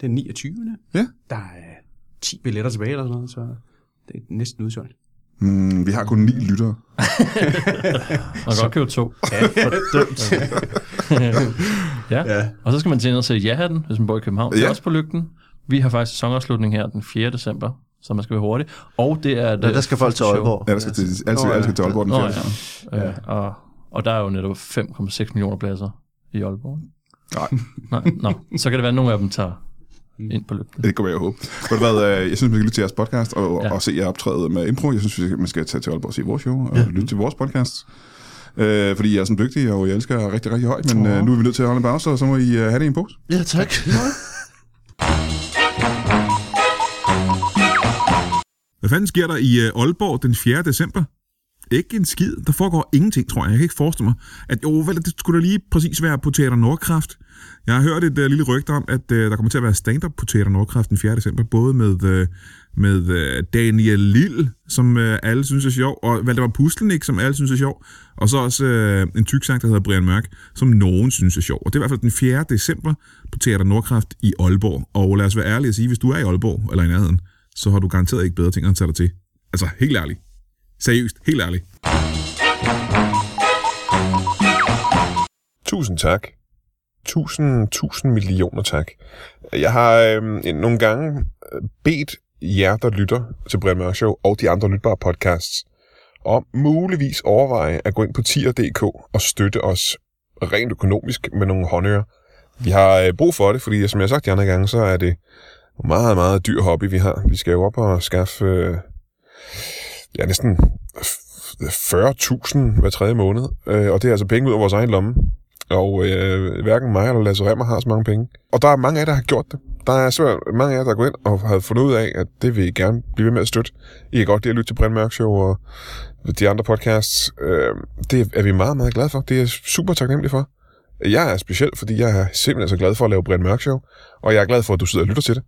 Speaker 2: den 29.
Speaker 1: Ja.
Speaker 2: Der er 10 billetter tilbage eller sådan noget, så det er næsten udsolgt.
Speaker 1: Mm, vi har kun ni lyttere.
Speaker 4: Man kan godt købe to.
Speaker 3: Dømt.
Speaker 4: Ja. ja. Og så skal man til ind og se ja-hatten, hvis man bor i København. Det
Speaker 1: Ja.
Speaker 4: er også på lygten. Vi har faktisk sæsonafslutning her den 4. december, så man skal være hurtig. Og det er...
Speaker 3: Ja, der skal folk til Aalborg.
Speaker 1: Ja, der skal til, altid,
Speaker 3: Nå, ja.
Speaker 1: altid skal til Aalborg den
Speaker 4: Nå,
Speaker 1: 4.
Speaker 4: ja. Ja. Øh, og, og der er jo netop 5,6 millioner pladser i Aalborg. ikke?
Speaker 1: Nej,
Speaker 4: Nej, nå. Så kan det være, at nogle af dem tager ind på løbet.
Speaker 1: det går jeg håbe. Men hvad, øh, jeg synes, vi skal lytte til jeres podcast og,
Speaker 4: Ja.
Speaker 1: ja. og se jer optræde med impro. Jeg synes, vi skal- man skal tage til Aalborg og se vores show og ja. lytte til vores podcast. Øh, fordi I er sådan dygtige, og jeg elsker jer rigtig, rigtig højt. Men øh, nu er vi nødt til at holde en pause, og så må I øh, have det i en pose.
Speaker 3: Ja, tak.
Speaker 5: Hvad fanden sker der i øh, Aalborg den 4. december? Ikke en skid. Der foregår ingenting, tror jeg. Jeg kan ikke forestille mig, at jo, vel, det skulle da lige præcis være på Teater Nordkraft. Jeg har hørt et uh, lille rygte om, at uh, der kommer til at være stand-up på Teater Nordkraft den 4. december, både med, uh, med uh, Daniel Lille, som uh, alle synes er sjov, og Valdemar Puslenik, som alle synes er sjov, og så også uh, en tyk sang, der hedder Brian Mørk, som nogen synes er sjov. Og det er i hvert fald den 4. december på Teater Nordkraft i Aalborg. Og lad os være ærlige og sige, hvis du er i Aalborg eller i nærheden, så har du garanteret ikke bedre ting at tage dig til. Altså, helt ærligt. Seriøst, helt ærligt.
Speaker 6: Tusind tak. Tusind, tusind millioner tak. Jeg har øh, nogle gange øh, bedt jer, der lytter til Brian Mørk Show og de andre lytbare podcasts, om muligvis overveje at gå ind på tier.dk og støtte os rent økonomisk med nogle håndører. Vi har øh, brug for det, fordi som jeg har sagt de andre gange, så er det en meget, meget dyr hobby, vi har. Vi skal jo op og skaffe øh, ja, næsten 40.000 hver tredje måned, øh, og det er altså penge ud af vores egen lomme. Og øh, hverken mig eller Lasse Remmer har så mange penge. Og der er mange af jer, der har gjort det. Der er svært mange af jer, der er gået ind og har fundet ud af, at det vil I gerne blive ved med at støtte. I kan godt lide at lytte til Brian Mørk Show og de andre podcasts. Øh, det er vi meget, meget glade for. Det er jeg super taknemmelig for. Jeg er speciel, fordi jeg er simpelthen så glad for at lave Brian Mørk Show, og jeg er glad for, at du sidder og lytter til det.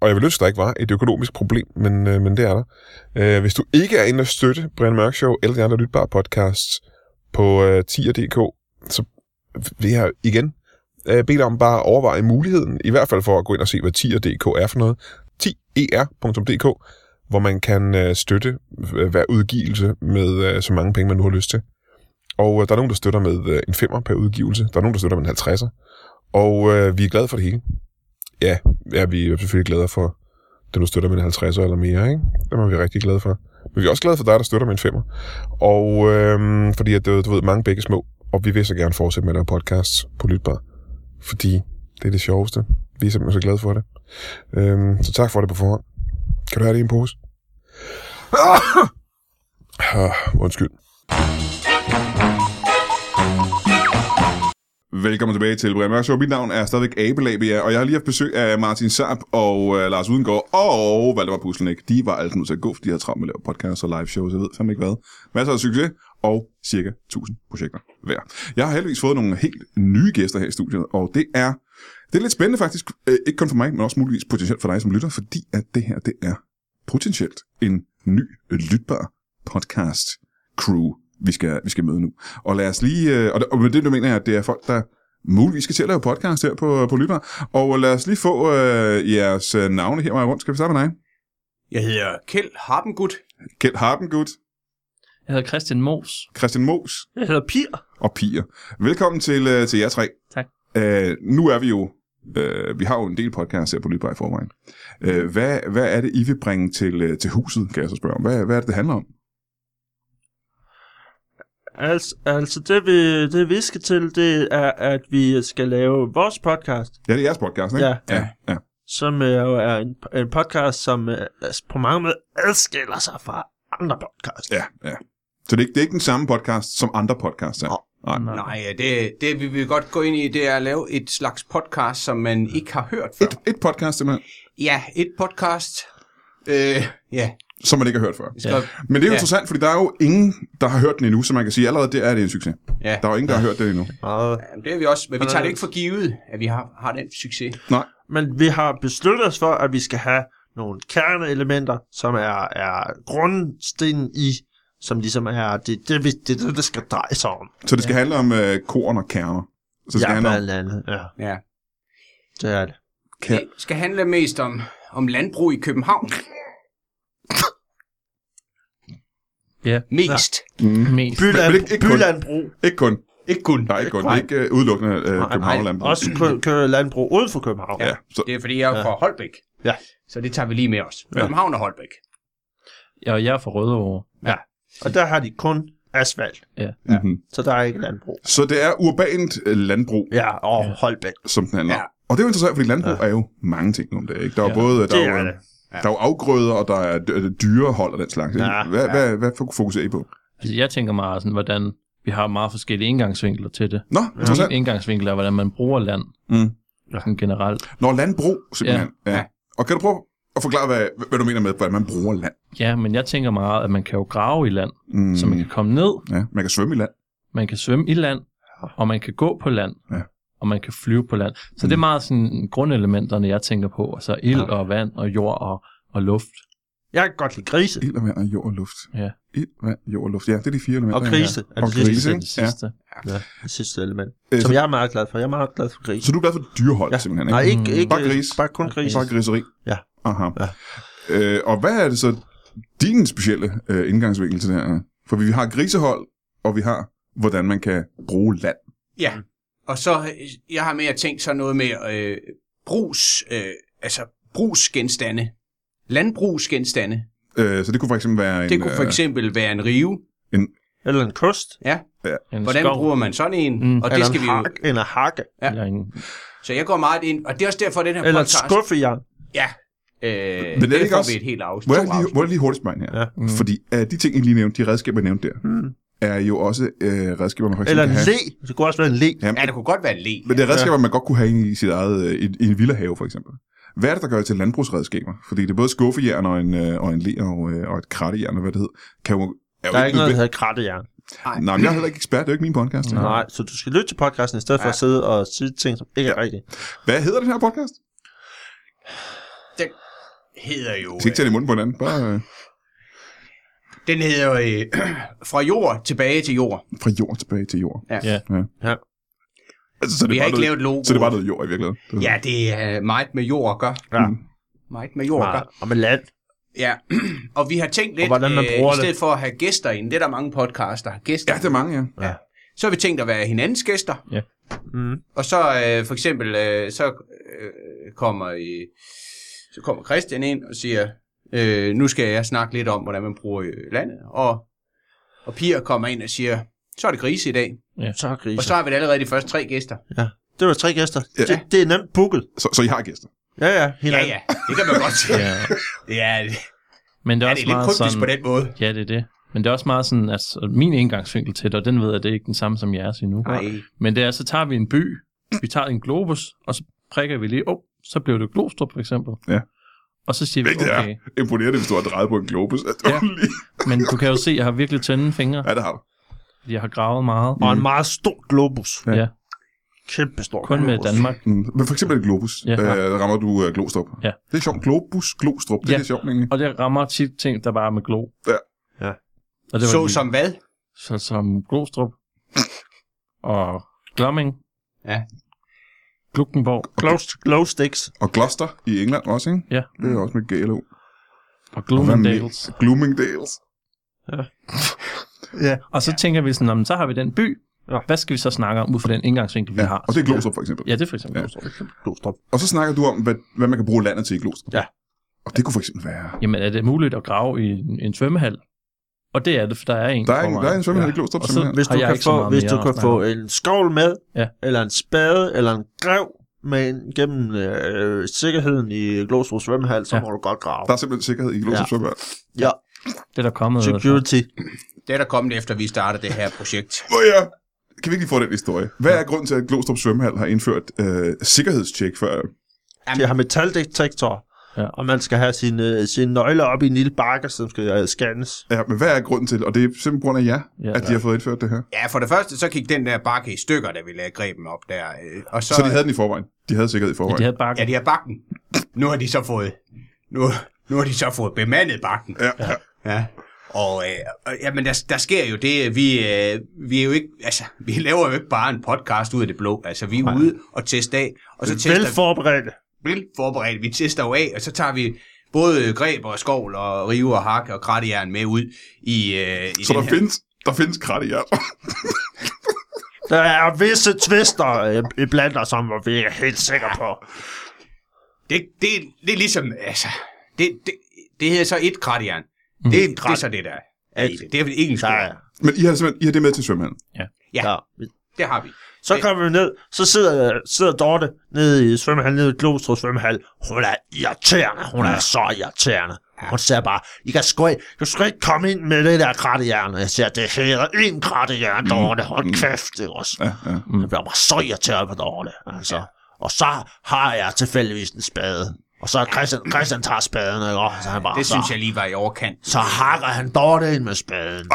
Speaker 6: Og jeg vil ønske, at der ikke var et økonomisk problem, men, øh, men det er der. Øh, hvis du ikke er inde og støtte Brian Mørk Show eller de andre lytbare podcasts på øh, tier.dk, så vil jeg igen øh, bede dig om bare at overveje muligheden, i hvert fald for at gå ind og se, hvad tier.dk er for noget. 10er.dk, hvor man kan øh, støtte øh, hver udgivelse med øh, så mange penge, man nu har lyst til. Og øh, der er nogen, der støtter med øh, en femmer per udgivelse. Der er nogen, der støtter med en 50'er. Og øh, vi er glade for det hele. Ja, ja, vi er selvfølgelig glade for dem, der støtter med en 50'er eller mere. Ikke? Dem er vi rigtig glade for. Men vi er også glade for dig, der støtter med en femmer. Og øhm, fordi, at, øh, du ved, mange begge små. Og vi vil så gerne fortsætte med at lave podcasts på Lytbar. Fordi det er det sjoveste. Vi er simpelthen så glade for det. Øhm, så tak for det på forhånd. Kan du have det i en pose? Ah, undskyld.
Speaker 1: Velkommen tilbage til Brian Mørk Show. Mit navn er stadigvæk Abelabia, og jeg har lige haft besøg af Martin Saab og uh, Lars Udengård og Valdemar Puslenik. De var altid nødt til at gå, fordi de havde travlt med at lave podcasts og live shows, jeg ved fandme ikke hvad. Masser af succes og cirka 1000 projekter hver. Jeg har heldigvis fået nogle helt nye gæster her i studiet, og det er, det er lidt spændende faktisk, øh, ikke kun for mig, men også muligvis potentielt for dig som lytter, fordi at det her, det er potentielt en ny øh, lytbar podcast crew, vi skal, vi skal møde nu. Og lad os lige, øh, og, det- og med det, du mener, jeg, at det er folk, der muligvis skal til at lave podcast her på, på Lytter. Og lad os lige få øh, jeres øh, navne her meget rundt. Skal vi starte med dig?
Speaker 2: Jeg hedder Kjeld Harpengud.
Speaker 1: Kjeld Harpengud,
Speaker 4: Jeg hedder Christian Mos.
Speaker 1: Christian Mos
Speaker 7: Jeg hedder Pir.
Speaker 1: og Pier. Velkommen til, øh, til jer tre.
Speaker 4: Tak.
Speaker 1: Øh, nu er vi jo, øh, vi har jo en del podcasts her på Lytter i forvejen. Øh, hvad, hvad er det, I vil bringe til, øh, til huset, kan jeg så spørge om? Hvad, hvad er det, det handler om?
Speaker 7: Altså, altså det, vi, det vi skal til, det er, at vi skal lave vores podcast,
Speaker 1: Ja, det er jeres podcast, ikke?
Speaker 7: Ja.
Speaker 1: ja, ja.
Speaker 7: som øh, jo er en, en podcast, som øh, altså, på mange måder adskiller sig fra andre podcasts.
Speaker 1: Ja, ja. Så det er, ikke, det er ikke den samme podcast, som andre podcasts er? Nej.
Speaker 2: Nej, ja, det, det vi vil godt gå ind i, det er at lave et slags podcast, som man ikke har hørt før.
Speaker 1: Et, et podcast simpelthen,
Speaker 2: Ja, et podcast. Øh, ja,
Speaker 1: som man ikke har hørt før.
Speaker 2: så, ja.
Speaker 1: Men det er jo
Speaker 2: Ja.
Speaker 1: interessant, fordi der er jo ingen, der har hørt den endnu, så man kan sige, allerede der er det en succes.
Speaker 2: Ja.
Speaker 1: Der er jo ingen, der har hørt det endnu.
Speaker 6: Meget.
Speaker 2: Jamen, det er vi også, men vi tager det ikke for givet, at vi har, har den succes.
Speaker 7: Men vi har besluttet os for, at vi skal have nogle kerneelementer, som er, er grundstenen i, som ligesom er det, det, vi, det, det, det skal dreje sig om.
Speaker 1: Så det skal handle om øh, korn og kerner. Så det skal
Speaker 7: ja,
Speaker 1: handle om,
Speaker 7: blandt andet. Ja,
Speaker 2: Ja.
Speaker 7: det er det.
Speaker 1: Kan-
Speaker 2: Det skal handle mest om, om landbrug i København.
Speaker 4: Ja.
Speaker 2: Mest.
Speaker 4: Mest.
Speaker 1: men
Speaker 7: Byland,
Speaker 1: ikke- ikke kun.
Speaker 7: bylandbrug.
Speaker 1: Mm. ikke kun,
Speaker 2: Ikke kun.
Speaker 1: Nej, ikke, kun, ikke øh, udelukkende øh, København Landbrug. Mm.
Speaker 7: Også kø- køre landbrug uden for København.
Speaker 1: Ja, så,
Speaker 2: Det er fordi, jeg er fra Holbæk.
Speaker 7: Ja.
Speaker 2: Så det tager vi lige med os. København og Holbæk.
Speaker 4: Ja, og jeg er fra Rødovre.
Speaker 7: Og der har de kun asfalt,
Speaker 1: mhm.
Speaker 7: så der er ikke landbrug.
Speaker 1: så det er urbant øh, landbrug,
Speaker 7: Ja, og Holbæk.
Speaker 1: som den handler.
Speaker 2: Ja.
Speaker 1: Ja. Og det er jo interessant, fordi landbrug ja. er jo mange ting om det, ikke? Der er jo
Speaker 4: Ja.
Speaker 1: både øh, der
Speaker 7: Det
Speaker 1: er
Speaker 7: er
Speaker 1: jo,
Speaker 7: det.
Speaker 1: der er jo afgrøder, og der er d- øh, dyrehold og den slags. ikke?
Speaker 7: Ja.
Speaker 1: Hvad, hvad, hvad fokuserer I på?
Speaker 4: Altså, jeg tænker meget sådan, hvordan vi har meget forskellige indgangsvinkler til det.
Speaker 1: Nå, interessant.
Speaker 4: En indgangsvinkel er, hvordan man bruger land
Speaker 1: Mm.
Speaker 4: sådan generelt.
Speaker 1: Nå, landbrug, simpelthen. Ja. Ja. Og kan du prøve at forklare, hvad, hvad du mener med, hvordan man bruger land?
Speaker 4: Ja, men jeg tænker meget, at man kan jo grave i land,
Speaker 1: Mm.
Speaker 4: mm. så man kan komme ned,
Speaker 1: Ja, man kan svømme i land.
Speaker 4: man kan svømme i land, og man kan gå på land,
Speaker 1: Ja.
Speaker 4: og man kan flyve på land. Så mm. det er meget sådan grundelementerne, jeg tænker på. Altså ild ja. og vand og jord og, og luft.
Speaker 7: Jeg kan godt lide grise.
Speaker 1: Ild og vand og jord og luft.
Speaker 4: Ja.
Speaker 1: Ild, vand, jord og luft. Ja, det er de fire elementer.
Speaker 7: Og grise
Speaker 1: Ja.
Speaker 7: er
Speaker 1: Og
Speaker 7: det
Speaker 1: grise,
Speaker 4: Det er
Speaker 1: ikke?
Speaker 4: det sidste.
Speaker 7: Det sidste element.
Speaker 1: Ja. Øh,
Speaker 7: Som
Speaker 1: så,
Speaker 7: jeg er meget glad for. Jeg er meget glad for
Speaker 1: så
Speaker 7: grise.
Speaker 1: du er glad for dyrehold,
Speaker 7: Ja.
Speaker 1: simpelthen, ikke?
Speaker 7: Nej, ikke,
Speaker 4: Mm.
Speaker 7: ikke
Speaker 1: Bare gris.
Speaker 7: Bare kun gris.
Speaker 1: Bare griseri.
Speaker 7: Ja.
Speaker 1: Aha.
Speaker 7: Ja.
Speaker 1: Øh, og hvad er det så din specielle øh, indgangsvinkel til det her? For vi har grisehold, og vi har, hvordan man kan bruge land.
Speaker 2: Ja, Mm. og så øh, jeg har mere tænkt sådan noget med øh, brugs, øh, altså brugsgenstande. Landbrugsgenstande.
Speaker 1: Øh, så det kunne for eksempel være en...
Speaker 2: Det kunne for
Speaker 1: øh,
Speaker 2: eksempel være en rive.
Speaker 7: Eller en kost.
Speaker 2: Ja,
Speaker 4: En
Speaker 2: hvordan
Speaker 4: skov
Speaker 2: bruger man sådan en?
Speaker 4: Mm.
Speaker 2: Mm. Og det
Speaker 7: Eller
Speaker 2: skal
Speaker 7: en
Speaker 2: vi jo...
Speaker 7: hak. Eller en hakke.
Speaker 4: Eller en,
Speaker 2: Så jeg går meget ind, og det er også derfor, den her
Speaker 7: Eller et
Speaker 2: podcast...
Speaker 7: skuffejern.
Speaker 2: Ja, øh,
Speaker 1: Men
Speaker 2: Men
Speaker 1: det er
Speaker 2: det
Speaker 1: ikke
Speaker 2: får
Speaker 1: også-
Speaker 2: vi et helt afsnit.
Speaker 1: Må jeg,
Speaker 2: to
Speaker 1: lige,
Speaker 2: afsnit.
Speaker 1: må jeg lige hurtigt spørge her?
Speaker 7: Ja.
Speaker 1: Ja. Mm. Fordi uh, de ting, I lige nævnte, de redskaber, jeg nævnte der, mm. er jo også uh, redskaber, man for eksempel
Speaker 7: Hmm. Eller en
Speaker 1: kan have.
Speaker 7: le. Det kunne også være en le.
Speaker 1: Ja.
Speaker 2: Ja, det kunne godt være en le.
Speaker 1: Men det er redskaber, man godt kunne have inde i sit eget, øh, i, i en villahave for eksempel. Hvad er det, der gør det til landbrugsredskaber? Fordi det er både skuffejern og en, øh, og en le og, øh, og et krattejern, og hvad det hed. Kan jo, er jo
Speaker 7: Der er ikke noget,
Speaker 1: nødvendigt-
Speaker 7: der hedder krattejern.
Speaker 1: Nej, men jeg er heller ikke ekspert, det er jo ikke min podcast. det her.
Speaker 7: Nej, så du skal lytte til podcasten, i stedet for at sidde og sige ting, som ikke er rigtige.
Speaker 1: Hvad hedder den her podcast?
Speaker 2: Den hedder jo...
Speaker 1: Skal ikke tage det i munden på hinanden. Bare øh,
Speaker 2: øh, Den hedder øh, fra jord tilbage til jord.
Speaker 1: fra jord tilbage til jord.
Speaker 2: Ja.
Speaker 4: Ja.
Speaker 7: Ja.
Speaker 1: Altså, så er det
Speaker 2: Vi har
Speaker 1: bare
Speaker 2: ikke
Speaker 1: noget,
Speaker 2: lavet et logo.
Speaker 1: Så er det er bare noget Mm. jord i virkeligheden. Det er-
Speaker 2: Ja, det er øh, meget med jord at gøre.
Speaker 7: Ja.
Speaker 2: Meget med jord at gøre.
Speaker 7: Og med land.
Speaker 2: Ja, og vi har tænkt lidt,
Speaker 7: hvordan man
Speaker 2: øh,
Speaker 7: bruger
Speaker 2: i
Speaker 7: det.
Speaker 2: stedet for at have gæster ind, det er der mange podcasts, der har gæster
Speaker 1: ja, det er mange, ja.
Speaker 2: så har vi tænkt at være hinandens gæster.
Speaker 4: Ja.
Speaker 7: Mhm.
Speaker 2: Og så øh, for eksempel, øh, så, øh, kommer, øh, så kommer Christian ind og siger, øh, nu skal jeg snakke lidt om, hvordan man bruger øh, landet. Og, og Pia kommer ind og siger, så er det grise i dag.
Speaker 7: Så er
Speaker 2: Og
Speaker 7: grise.
Speaker 2: så har vi da allerede de første tre gæster.
Speaker 7: Det var tre gæster.
Speaker 1: Ja.
Speaker 7: Det, det er nemt booket.
Speaker 1: Så, så I har gæster.
Speaker 7: Ja, ja. Helt
Speaker 2: Ja,
Speaker 7: andet.
Speaker 2: ja, det kan man godt sige.
Speaker 4: ja.
Speaker 2: Ja, det,
Speaker 4: Men det er,
Speaker 2: ja,
Speaker 4: også
Speaker 2: det er lidt
Speaker 4: meget
Speaker 2: kryptisk
Speaker 4: sådan,
Speaker 2: på den måde.
Speaker 4: Ja, det er det. Men det er også meget sådan, altså, min indgangsvinkel til det, og den ved jeg, det er ikke den samme som jeres endnu.
Speaker 2: Nej,
Speaker 4: Men det er, så tager vi en by, vi tager en globus, og så prikker vi lige, åh, oh, så blev det Glostrup for eksempel.
Speaker 1: Ja.
Speaker 4: Og så siger vi,
Speaker 1: Hvilket
Speaker 4: okay,
Speaker 1: er imponerende, hvis du har drejet på en globus. Ja.
Speaker 4: men du kan jo se, jeg har virkelig tynde fingre,
Speaker 1: ja, det har du.
Speaker 4: fordi jeg har gravet meget.
Speaker 7: Og en meget stor globus.
Speaker 1: Ja.
Speaker 4: Ja.
Speaker 7: Mm. Kæmpe stor
Speaker 4: Kun med
Speaker 7: globus.
Speaker 4: Danmark.
Speaker 1: Mm. Men for eksempel et globus.
Speaker 4: Ja.
Speaker 1: Ja. Øh, rammer du øh, glostrup.
Speaker 4: Ja.
Speaker 1: Det er sjovt. Globus, glostrup. Det ja.
Speaker 4: Ja.
Speaker 1: er lidt sjovt, egentlig.
Speaker 4: Og det rammer tit ting, der bare er med glo.
Speaker 1: Ja.
Speaker 7: Ja.
Speaker 4: Og det var
Speaker 2: så
Speaker 4: lige-
Speaker 2: som hvad?
Speaker 4: så som Glostrup og Glomming.
Speaker 2: Ja.
Speaker 4: Glukkenborg
Speaker 7: Glow, glow sticks.
Speaker 1: Og Gloucester i England også, ikke?
Speaker 4: Ja.
Speaker 1: Det er også med GLO.
Speaker 4: og
Speaker 1: Og hvad med-
Speaker 4: Gloomingdales.
Speaker 1: Gloomingdales.
Speaker 4: Og så tænker vi sådan, "Nå, men så har vi den by.
Speaker 7: Ja.
Speaker 4: Hvad skal vi så snakke om ud fra den indgangsvinkel, vi
Speaker 1: Ja.
Speaker 4: har?
Speaker 1: Og det er glostrup, for eksempel.
Speaker 4: Ja, det er for eksempel
Speaker 1: Ja.
Speaker 4: ja. Glostrup.
Speaker 7: Glostrup.
Speaker 1: Og så snakker du om, hvad, hvad man kan bruge landet til i glostrup.
Speaker 7: Ja.
Speaker 1: Og det kunne for eksempel være...
Speaker 4: Jamen, er det muligt at grave i en, en svømmehal? Og det er det, for der er en.
Speaker 1: Der er en,
Speaker 4: forvejen.
Speaker 1: der er en svømmehal i
Speaker 4: Ja.
Speaker 1: Glostrup,
Speaker 4: Og så-
Speaker 1: simpelthen.
Speaker 7: Hvis
Speaker 4: Har
Speaker 7: du
Speaker 4: jeg
Speaker 7: kan
Speaker 4: ikke så
Speaker 7: få,
Speaker 4: meget
Speaker 7: hvis
Speaker 4: mere
Speaker 7: du
Speaker 4: at
Speaker 7: kan
Speaker 4: snakke
Speaker 7: få
Speaker 4: om.
Speaker 7: en skovl med,
Speaker 4: Ja.
Speaker 7: eller en spade, eller en grev, med en, gennem øh, sikkerheden i Glostrup svømmehal, så
Speaker 4: Ja.
Speaker 7: må du godt grave.
Speaker 1: Der er simpelthen sikkerhed i Glostrup
Speaker 7: Ja.
Speaker 1: ja. svømmehal.
Speaker 7: Ja,
Speaker 4: Det er der kommet. Altså.
Speaker 7: security.
Speaker 2: Det er der kommet efter, vi startede det her projekt.
Speaker 1: Må jeg? Kan vi ikke lige få den historie? Hvad er grunden til, at Glostrup Svømmehal har indført øh, sikkerhedstjek før?
Speaker 7: De har metaldetektor,
Speaker 4: Ja.
Speaker 7: og man skal have sine, øh, sine nøgler op i en lille bakke, som skal øh, scannes.
Speaker 1: Ja, men hvad er grunden til? Og det er simpelthen på grund af jer,
Speaker 4: Ja.
Speaker 1: ja, at de har fået indført det her.
Speaker 2: Ja, for det første, så gik den der bakke i stykker, da vi lagde greben op der. øh, Og så,
Speaker 1: Så de havde den i forvejen. De havde sikkerhed i
Speaker 4: Ja,
Speaker 1: forvejen.
Speaker 4: de havde bakken.
Speaker 2: Ja, de har bakken. Nu har de så fået, nu, nu har de så fået bemandet bakken.
Speaker 1: Ja, ja.
Speaker 2: Ja. Og, øh, og jamen, der, der sker jo det, øh, vi, øh, vi er jo ikke, altså, vi laver jo ikke bare en podcast ud af det blå. Altså, vi er ude og teste af, og så tester
Speaker 7: Velforberedte.
Speaker 2: vi, forberedt, vi tester jo af, og så tager vi både øh, greb og skovl og rive og hak og krattejern med ud i, øh, i
Speaker 1: Så der
Speaker 2: den her.
Speaker 1: findes, der findes kratte i jer.
Speaker 7: Der er visse tvister øh, iblandt os, som vi er helt sikre på.
Speaker 2: Det, det, det er ligesom, altså, det, det, det hedder så et gradjern. Mm. Det, det er så det, der er. i Det Det er vel ikke en
Speaker 7: Der
Speaker 2: skole.
Speaker 7: er.
Speaker 1: Men I har simpelthen I har det med til svømmehallen.
Speaker 2: Ja,
Speaker 7: Ja.
Speaker 2: det har vi.
Speaker 7: Så kommer vi ned, så sidder, sidder Dorte nede i svømmehallen, nede i Glostrup svømmehal. Hun er irriterende, hun er så irriterende. Hun siger bare, I kan sgu ikke, du skal ikke komme ind med det der krattejern. Jeg siger, det hedder en krattejern, Dorte. Hold kæft, det er også.
Speaker 1: Ja, ja.
Speaker 7: Mm. Jeg bliver bare så irriteret på Dorte, altså. Og så har jeg tilfældigvis en spade. Og så er Christian, Christian tager spaden, ikke? Og så er han bare,
Speaker 2: Det
Speaker 7: så,
Speaker 2: synes jeg lige var i overkant.
Speaker 7: så hakker han Dorte ind med spaden.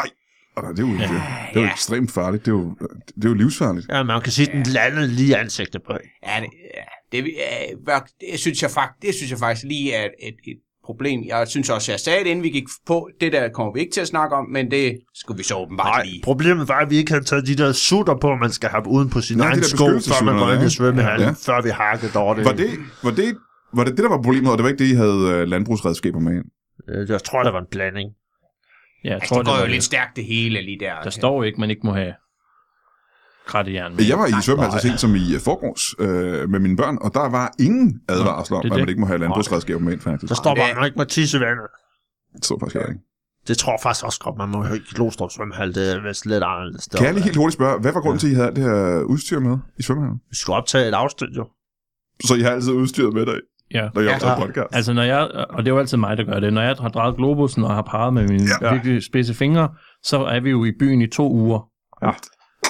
Speaker 1: Og der- det er jo, det, det er jo ekstremt farligt. Det er jo, det er jo livsfarligt.
Speaker 7: Ja, man kan sige, den landede lige i ansigtet på hende.
Speaker 2: Ja, det, ja, det, øh, var- det, synes jeg fakt, det synes jeg faktisk lige er et, et problem. Jeg synes også, jeg sagde det, inden vi gik på. Det der kommer vi ikke til at snakke om, men det skulle vi så åbenbart
Speaker 7: Nej,
Speaker 2: lige.
Speaker 7: problemet var, at vi ikke havde taget de der sutter på, man skal have uden på sin
Speaker 1: Nej,
Speaker 7: egen
Speaker 1: de der
Speaker 7: sko, før man
Speaker 1: beskyttelsessutter,
Speaker 7: går ind
Speaker 1: ja.
Speaker 7: i svømmehallen,
Speaker 1: Ja.
Speaker 7: ja. før vi hakkede Dorte.
Speaker 1: Var det, var det, var det det, der var problemet, og det var ikke det, I havde øh, landbrugsredskaber med ind?
Speaker 7: Øh, Jeg tror, det var en blanding.
Speaker 4: Ja, jeg
Speaker 2: Altså,
Speaker 4: tror,
Speaker 2: det går
Speaker 4: var
Speaker 2: jo lidt stærkt det hele lige der.
Speaker 4: Der står jo ikke, man ikke må have krattejern. med.
Speaker 1: Jeg var i svømmehallen så sent som i øh, forgårs øh, med mine børn, og der var ingen advarsler om,
Speaker 4: det er
Speaker 1: at man
Speaker 4: det.
Speaker 1: ikke må have landbrugsredskaber med ind, faktisk.
Speaker 7: Der står
Speaker 2: det-
Speaker 7: bare, man ikke må tisse i vandet.
Speaker 1: Det stod faktisk heller ikke.
Speaker 7: Det tror jeg faktisk også godt, man må høre i Glostrup svømmehal. Det er vist lidt anderledes.
Speaker 1: Kan jeg lige helt hurtigt spørge, hvad var grunden til, at I havde alt det her udstyr med i svømmehallen?
Speaker 7: Vi skulle optage et afsnit, jo.
Speaker 1: Så I har altid udstyret med dig,
Speaker 4: Ja.
Speaker 1: når I optager
Speaker 7: Ja.
Speaker 1: podcast?
Speaker 4: Altså, når jeg, og det er jo altid mig, der gør det. Når jeg har drejet globusen og har peget med mine ja. virkelig spidse fingre, så er vi jo i byen i to uger.
Speaker 7: Ja.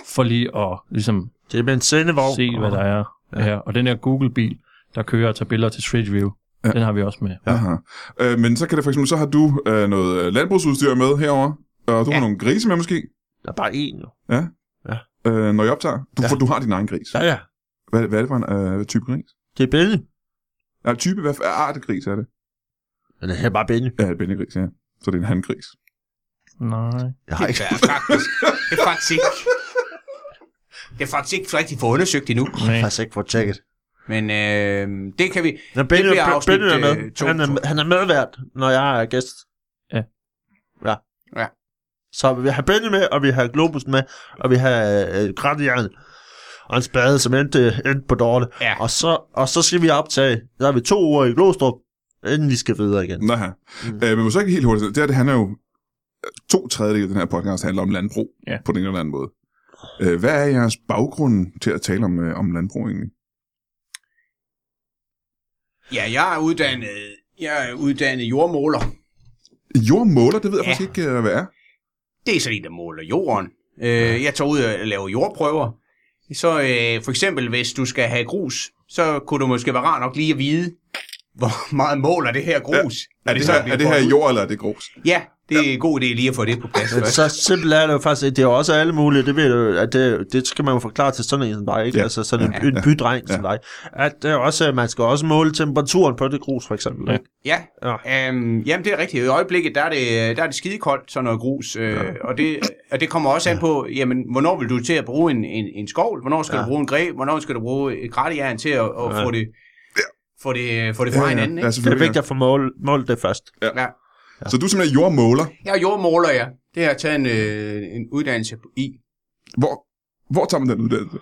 Speaker 4: For lige at ligesom,
Speaker 7: Det er med en sendevogn.
Speaker 4: se, hvad der er ja. her. Og den her Google-bil, der kører og tager billeder til Street View, ja. den har vi også med.
Speaker 1: Aha. Øh, men så kan det for eksempel, så har du øh, noget øh, landbrugsudstyr med herover, og du ja. har nogle grise med måske,
Speaker 7: Der er bare én, jo.
Speaker 1: øh, når I optager. Du, ja. for du har din egen gris.
Speaker 7: Ja, ja.
Speaker 1: Hvad, hvad er det for en øh, type gris?
Speaker 7: Det er Benny.
Speaker 1: Ja, type, hvad for- art af gris er det?
Speaker 7: Men det er bare Benny.
Speaker 1: Ja, et bindegris, ja. Så det er en handgris.
Speaker 4: Nej.
Speaker 3: Jeg har
Speaker 2: Det
Speaker 3: ikke.
Speaker 2: er faktisk, det er faktisk ikke... Det er faktisk ikke rigtig få undersøgt endnu,
Speaker 4: Nej.
Speaker 7: Faktisk ikke for tjekket.
Speaker 2: men øh, det kan vi...
Speaker 7: Når Benny,
Speaker 2: bliver
Speaker 7: Benny,
Speaker 2: afsnit,
Speaker 7: Benny er med.
Speaker 2: øh, to,
Speaker 7: han, er,
Speaker 2: tror jeg.
Speaker 7: han er medvært, når jeg er gæst.
Speaker 4: Ja.
Speaker 7: Ja.
Speaker 2: Ja.
Speaker 7: Så vi har Benny med, og vi har Globus med, og vi har øh, Grædjern og en spade, som endte, endte på Dorte.
Speaker 2: Ja.
Speaker 7: Og, så, og så skal vi optage. Der er vi to uger i Glostrup, inden vi skal videre igen.
Speaker 1: Nå, mm. øh, men måske ikke helt hurtigt. Det her, det handler jo... øh, To tredjedel af den her podcast handler om landbrug,
Speaker 4: Ja.
Speaker 1: på den ene eller anden måde. Øh, hvad er jeres baggrund til at tale om, øh, om landbrug egentlig?
Speaker 2: Ja, jeg er uddannet, jeg er uddannet jordmåler.
Speaker 1: Jordmåler, det ved jeg
Speaker 2: Ja.
Speaker 1: ja. faktisk ikke, øh, hvad er.
Speaker 2: Det er sådan en, der måler jorden. Øh, jeg tager ud og laver jordprøver. Så øh, for eksempel, hvis du skal have grus, så kunne du måske være rar nok lige at vide, hvor meget måler det her grus. når
Speaker 1: Er det,
Speaker 2: så
Speaker 1: her,
Speaker 2: bliver
Speaker 1: er det her
Speaker 2: båret ud.
Speaker 1: jord, eller er det grus?
Speaker 2: Ja, det er en god idé lige at få det på plads
Speaker 7: Men
Speaker 2: først.
Speaker 7: så simpelt er det jo faktisk, ikke. det er jo også alle mulige, det, ved du, at det, det skal man jo forklare til sådan en som dig, ikke?
Speaker 1: Ja.
Speaker 7: Ja. altså sådan en, en bydreng ja. som dig, at det er også, man skal også måle temperaturen på det grus, for eksempel. Ja.
Speaker 2: Ja, øhm, jamen det er rigtigt. I øjeblikket, der er det, der er det skidekoldt, sådan noget grus. Øh, og, det, og det kommer også an på, jamen, hvornår vil du til at bruge en, en, en skovl? Hvornår skal ja. du bruge en greb? Hvornår skal du bruge et grædejern til at, at ja. få det, få det, få det fra ja, hinanden? Ikke?
Speaker 1: Ja,
Speaker 7: Det er
Speaker 1: selvfølgelig,
Speaker 7: vigtigt at få mål, måle det først.
Speaker 2: Ja.
Speaker 1: Ja. Så du er simpelthen jordmåler.
Speaker 2: Jeg er jordmåler, ja. Det har jeg taget en, øh, en uddannelse i.
Speaker 1: Hvor, hvor tager man den uddannelse?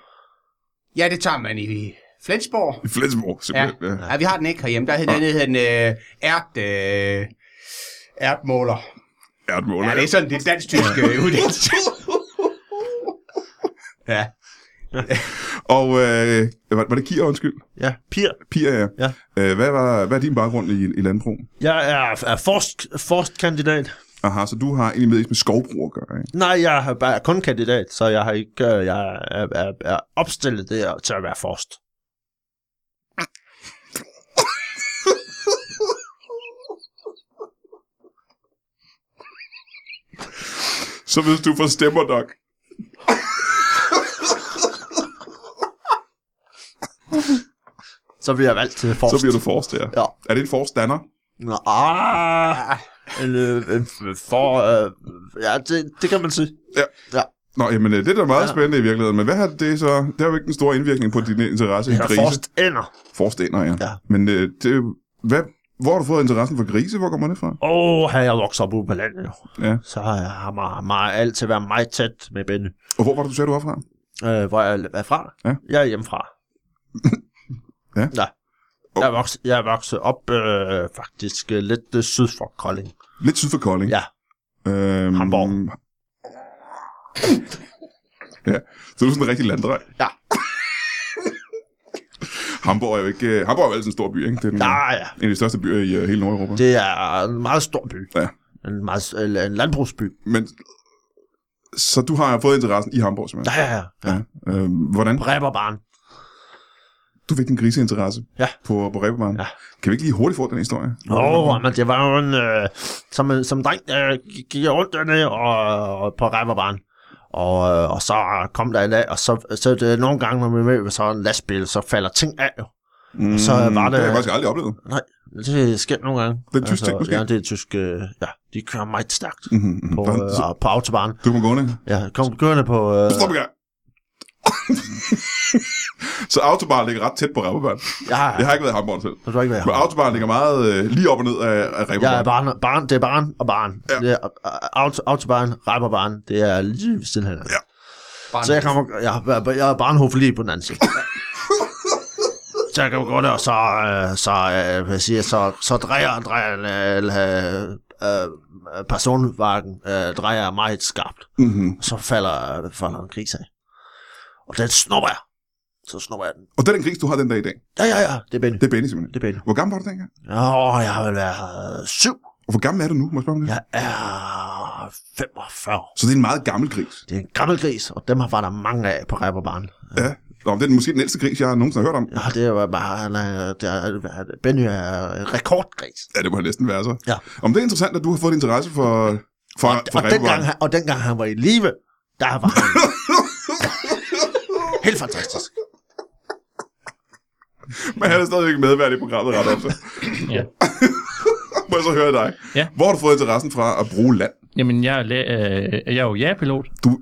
Speaker 2: Ja, det tager man i Flensborg.
Speaker 1: I Flensborg, simpelthen. Ja.
Speaker 2: Ja, vi har den ikke herhjemme. Der hedder den, hed den øh, ært, øh, ærtmåler.
Speaker 1: Ærtmåler.
Speaker 2: Ja, det er sådan, det er dansk-tysk øh, uddannelse. ja.
Speaker 1: Og øh, var, var det Kier, undskyld?
Speaker 7: Ja, Pir,
Speaker 1: Pia, ja.
Speaker 7: Ja.
Speaker 1: Øh, hvad, var, hvad er din baggrund i, i landbrug?
Speaker 7: jeg er, er forst, forstkandidat.
Speaker 1: Aha, så du har egentlig med, med skovbrug at gøre, ikke?
Speaker 7: Nej, jeg er bare kun kandidat, så jeg har ikke, øh, jeg er, er, er opstillet der til at være forst.
Speaker 1: Så hvis du får stemmer nok.
Speaker 7: Så bliver jeg valgt til forst.
Speaker 1: Så bliver du forstander.
Speaker 7: Ja.
Speaker 1: Er det en forstander?
Speaker 7: Nå, ah, en, øh, en f- for, øh, ja, det, det kan man sige.
Speaker 1: Nå, jamen øh, det er da meget ja. spændende i virkeligheden, men hvad har det så? Det har jo ikke den store indvirkning på din interesse i
Speaker 7: Jeg er
Speaker 1: grise. Forst.
Speaker 7: forst ender.
Speaker 1: Forstander, ja.
Speaker 7: Ja.
Speaker 1: Men øh, det, hvad, hvor har du fået interessen for grise? Hvor kommer det fra?
Speaker 7: Åh, har jeg vokset op ude på landet, jo.
Speaker 1: Ja.
Speaker 7: Så har jeg har meget, meget, altid været meget tæt med Benny.
Speaker 1: Og hvor var det, du sagde, du var fra?
Speaker 7: Øh, hvor jeg er fra?
Speaker 1: Ja.
Speaker 7: Jeg er hjemmefra.
Speaker 1: Ja.
Speaker 7: Nej. Jeg er vokset, jeg er vokset op øh, faktisk øh, lidt øh, syd for Kolding.
Speaker 1: Lidt syd for Kolding.
Speaker 7: Ja.
Speaker 1: Øhm,
Speaker 7: Hamborg.
Speaker 1: ja, så er du sådan en rigtig landdreng.
Speaker 7: Ja.
Speaker 1: Hamburg er jo ikke... øh, Hamburg er jo altid en stor by, ikke? Det er den,
Speaker 7: Nej, ja.
Speaker 1: en af de største byer i øh, hele Nordeuropa. Det...
Speaker 7: Det er en meget stor by.
Speaker 1: Ja.
Speaker 7: En, meget, s- eller en landbrugsby.
Speaker 1: Men, så du har fået interessen i Hamburg, simpelthen?
Speaker 7: Ja, ja, ja.
Speaker 1: Ja. Øhm, hvordan?
Speaker 7: Ræberbarn.
Speaker 1: Du fik din griseinteresse
Speaker 7: Ja.
Speaker 1: på, på Ræberbanen.
Speaker 7: Ja.
Speaker 1: Kan vi ikke lige hurtigt få den historie?
Speaker 7: Åh, oh, men det var jo en... Øh, som, som dreng øh, gik- gik jeg rundt dernede og, og på Ræberbarn. Og, øh, og så kom der en dag, og så, så det, nogle gange, når vi ved, så er en lastbil, så falder ting af. jo.
Speaker 1: Mm,
Speaker 7: så var
Speaker 1: Det har jeg
Speaker 7: det-
Speaker 1: faktisk aldrig oplevet.
Speaker 7: Det sker nogle gange.
Speaker 1: Det er en tysk ting, måske?
Speaker 7: Ja, det er tysk. Øh, ja, de kører meget stærkt
Speaker 1: Mm-hmm.
Speaker 7: på, øh,
Speaker 1: så,
Speaker 7: på autobahn.
Speaker 1: du må gå ned.
Speaker 7: Ja, kom kørende på... Øh,
Speaker 1: Stop i gang. så autobahn ligger ret tæt på Ræberbanen.
Speaker 7: ja,
Speaker 1: Jeg har ikke været i Hamburg selv.
Speaker 7: det skal du ikke
Speaker 1: Men
Speaker 7: være.
Speaker 1: autobahn ligger meget øh, lige op og ned af, af Ræberbanen.
Speaker 7: Jeg er barn, barn, det er barn og barn.
Speaker 1: Ja.
Speaker 7: Ja. Det er auto, autobahn, rapperbahn, det er lige ved siden af hinanden.
Speaker 1: Ja.
Speaker 7: Så jeg, kommer, jeg, jeg, jeg er barnhof lige på den anden side. så jeg kan gå der, og så, øh, så, øh, hvad siger, jeg, så, så drejer, drejer øh, øh, øh, personvagen øh, drejer meget skarpt.
Speaker 1: Mm-hmm.
Speaker 7: Så falder, øh, falder en gris af. Og den snupper jeg. Så snupper jeg den.
Speaker 1: Og det er den gris, du har den dag i dag.
Speaker 7: Ja, ja, ja, det er Benny.
Speaker 1: Det er Benny simpelthen.
Speaker 7: Det er Benny.
Speaker 1: Hvor gammel var du dengang?
Speaker 7: Åh, jeg har vel været øh, syv.
Speaker 1: Og hvor gammel er du nu? Må jeg spørge om det?
Speaker 7: Jeg er 45.
Speaker 1: Så det er en meget gammel gris.
Speaker 7: Det er en gammel gris, og dem var der mange af på rapperbaren.
Speaker 1: Ja. Nå, men det er den- måske den ældste gris, jeg nogensinde har hørt om.
Speaker 7: Ja, det var bare, han er, det er, hvad er det? Benny er en rekordgris.
Speaker 1: Ja, det må næsten være så.
Speaker 7: Ja.
Speaker 1: Om det er interessant, at du har fået interesse for, for, for
Speaker 7: og, dengang,
Speaker 1: rævebaren.
Speaker 7: han, og dengang han var i live, der var han... Helt fantastisk.
Speaker 1: Men han er stadigvæk medvært i programmet ret ofte.
Speaker 4: Ja.
Speaker 1: må jeg så høre dig?
Speaker 4: Ja.
Speaker 1: Hvor har du fået interessen fra at bruge land?
Speaker 4: Jamen, jeg er, læ- øh, jeg er jo ja-pilot.
Speaker 1: Du,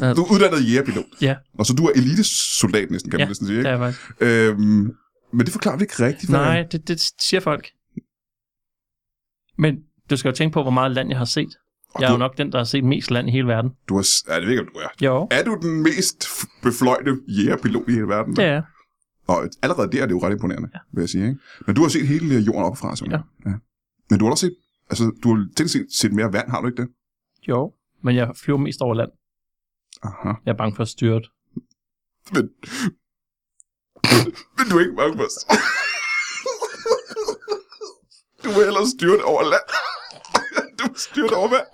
Speaker 4: Ja.
Speaker 1: du er uddannet jægerpilot.
Speaker 4: Ja.
Speaker 1: Og så du er elitesoldat næsten, kan man
Speaker 4: Ja,
Speaker 1: næsten sige.
Speaker 4: Det er
Speaker 1: Ikke?
Speaker 4: jeg faktisk.
Speaker 1: Øhm, men det forklarer vi ikke rigtigt. hvad-
Speaker 4: Nej, det, det siger folk. Men du skal jo tænke på, hvor meget land jeg har set.
Speaker 1: Og
Speaker 4: Jeg er
Speaker 1: du,
Speaker 4: jo nok den, der har set mest land i hele verden.
Speaker 1: du har, s- ja, det ved jeg ikke, om du er.
Speaker 4: Jo,
Speaker 1: Er du den mest f- befløjte jægerpilot i hele verden?
Speaker 4: det er jeg.
Speaker 1: Og allerede der er det jo ret imponerende, ja. vil jeg sige. Ikke? Men du har set hele øh, jorden opfra, simpelthen. Ja. ja. Men du har også set, altså, du har tænkt set, set mere vand, har du ikke det?
Speaker 4: Jo, men jeg flyver mest over land.
Speaker 1: Aha.
Speaker 4: Jeg er bange for at styrte.
Speaker 1: Men, men du er ikke bange for os. Du vil hellere styrt over land. Du vil styrt over vand.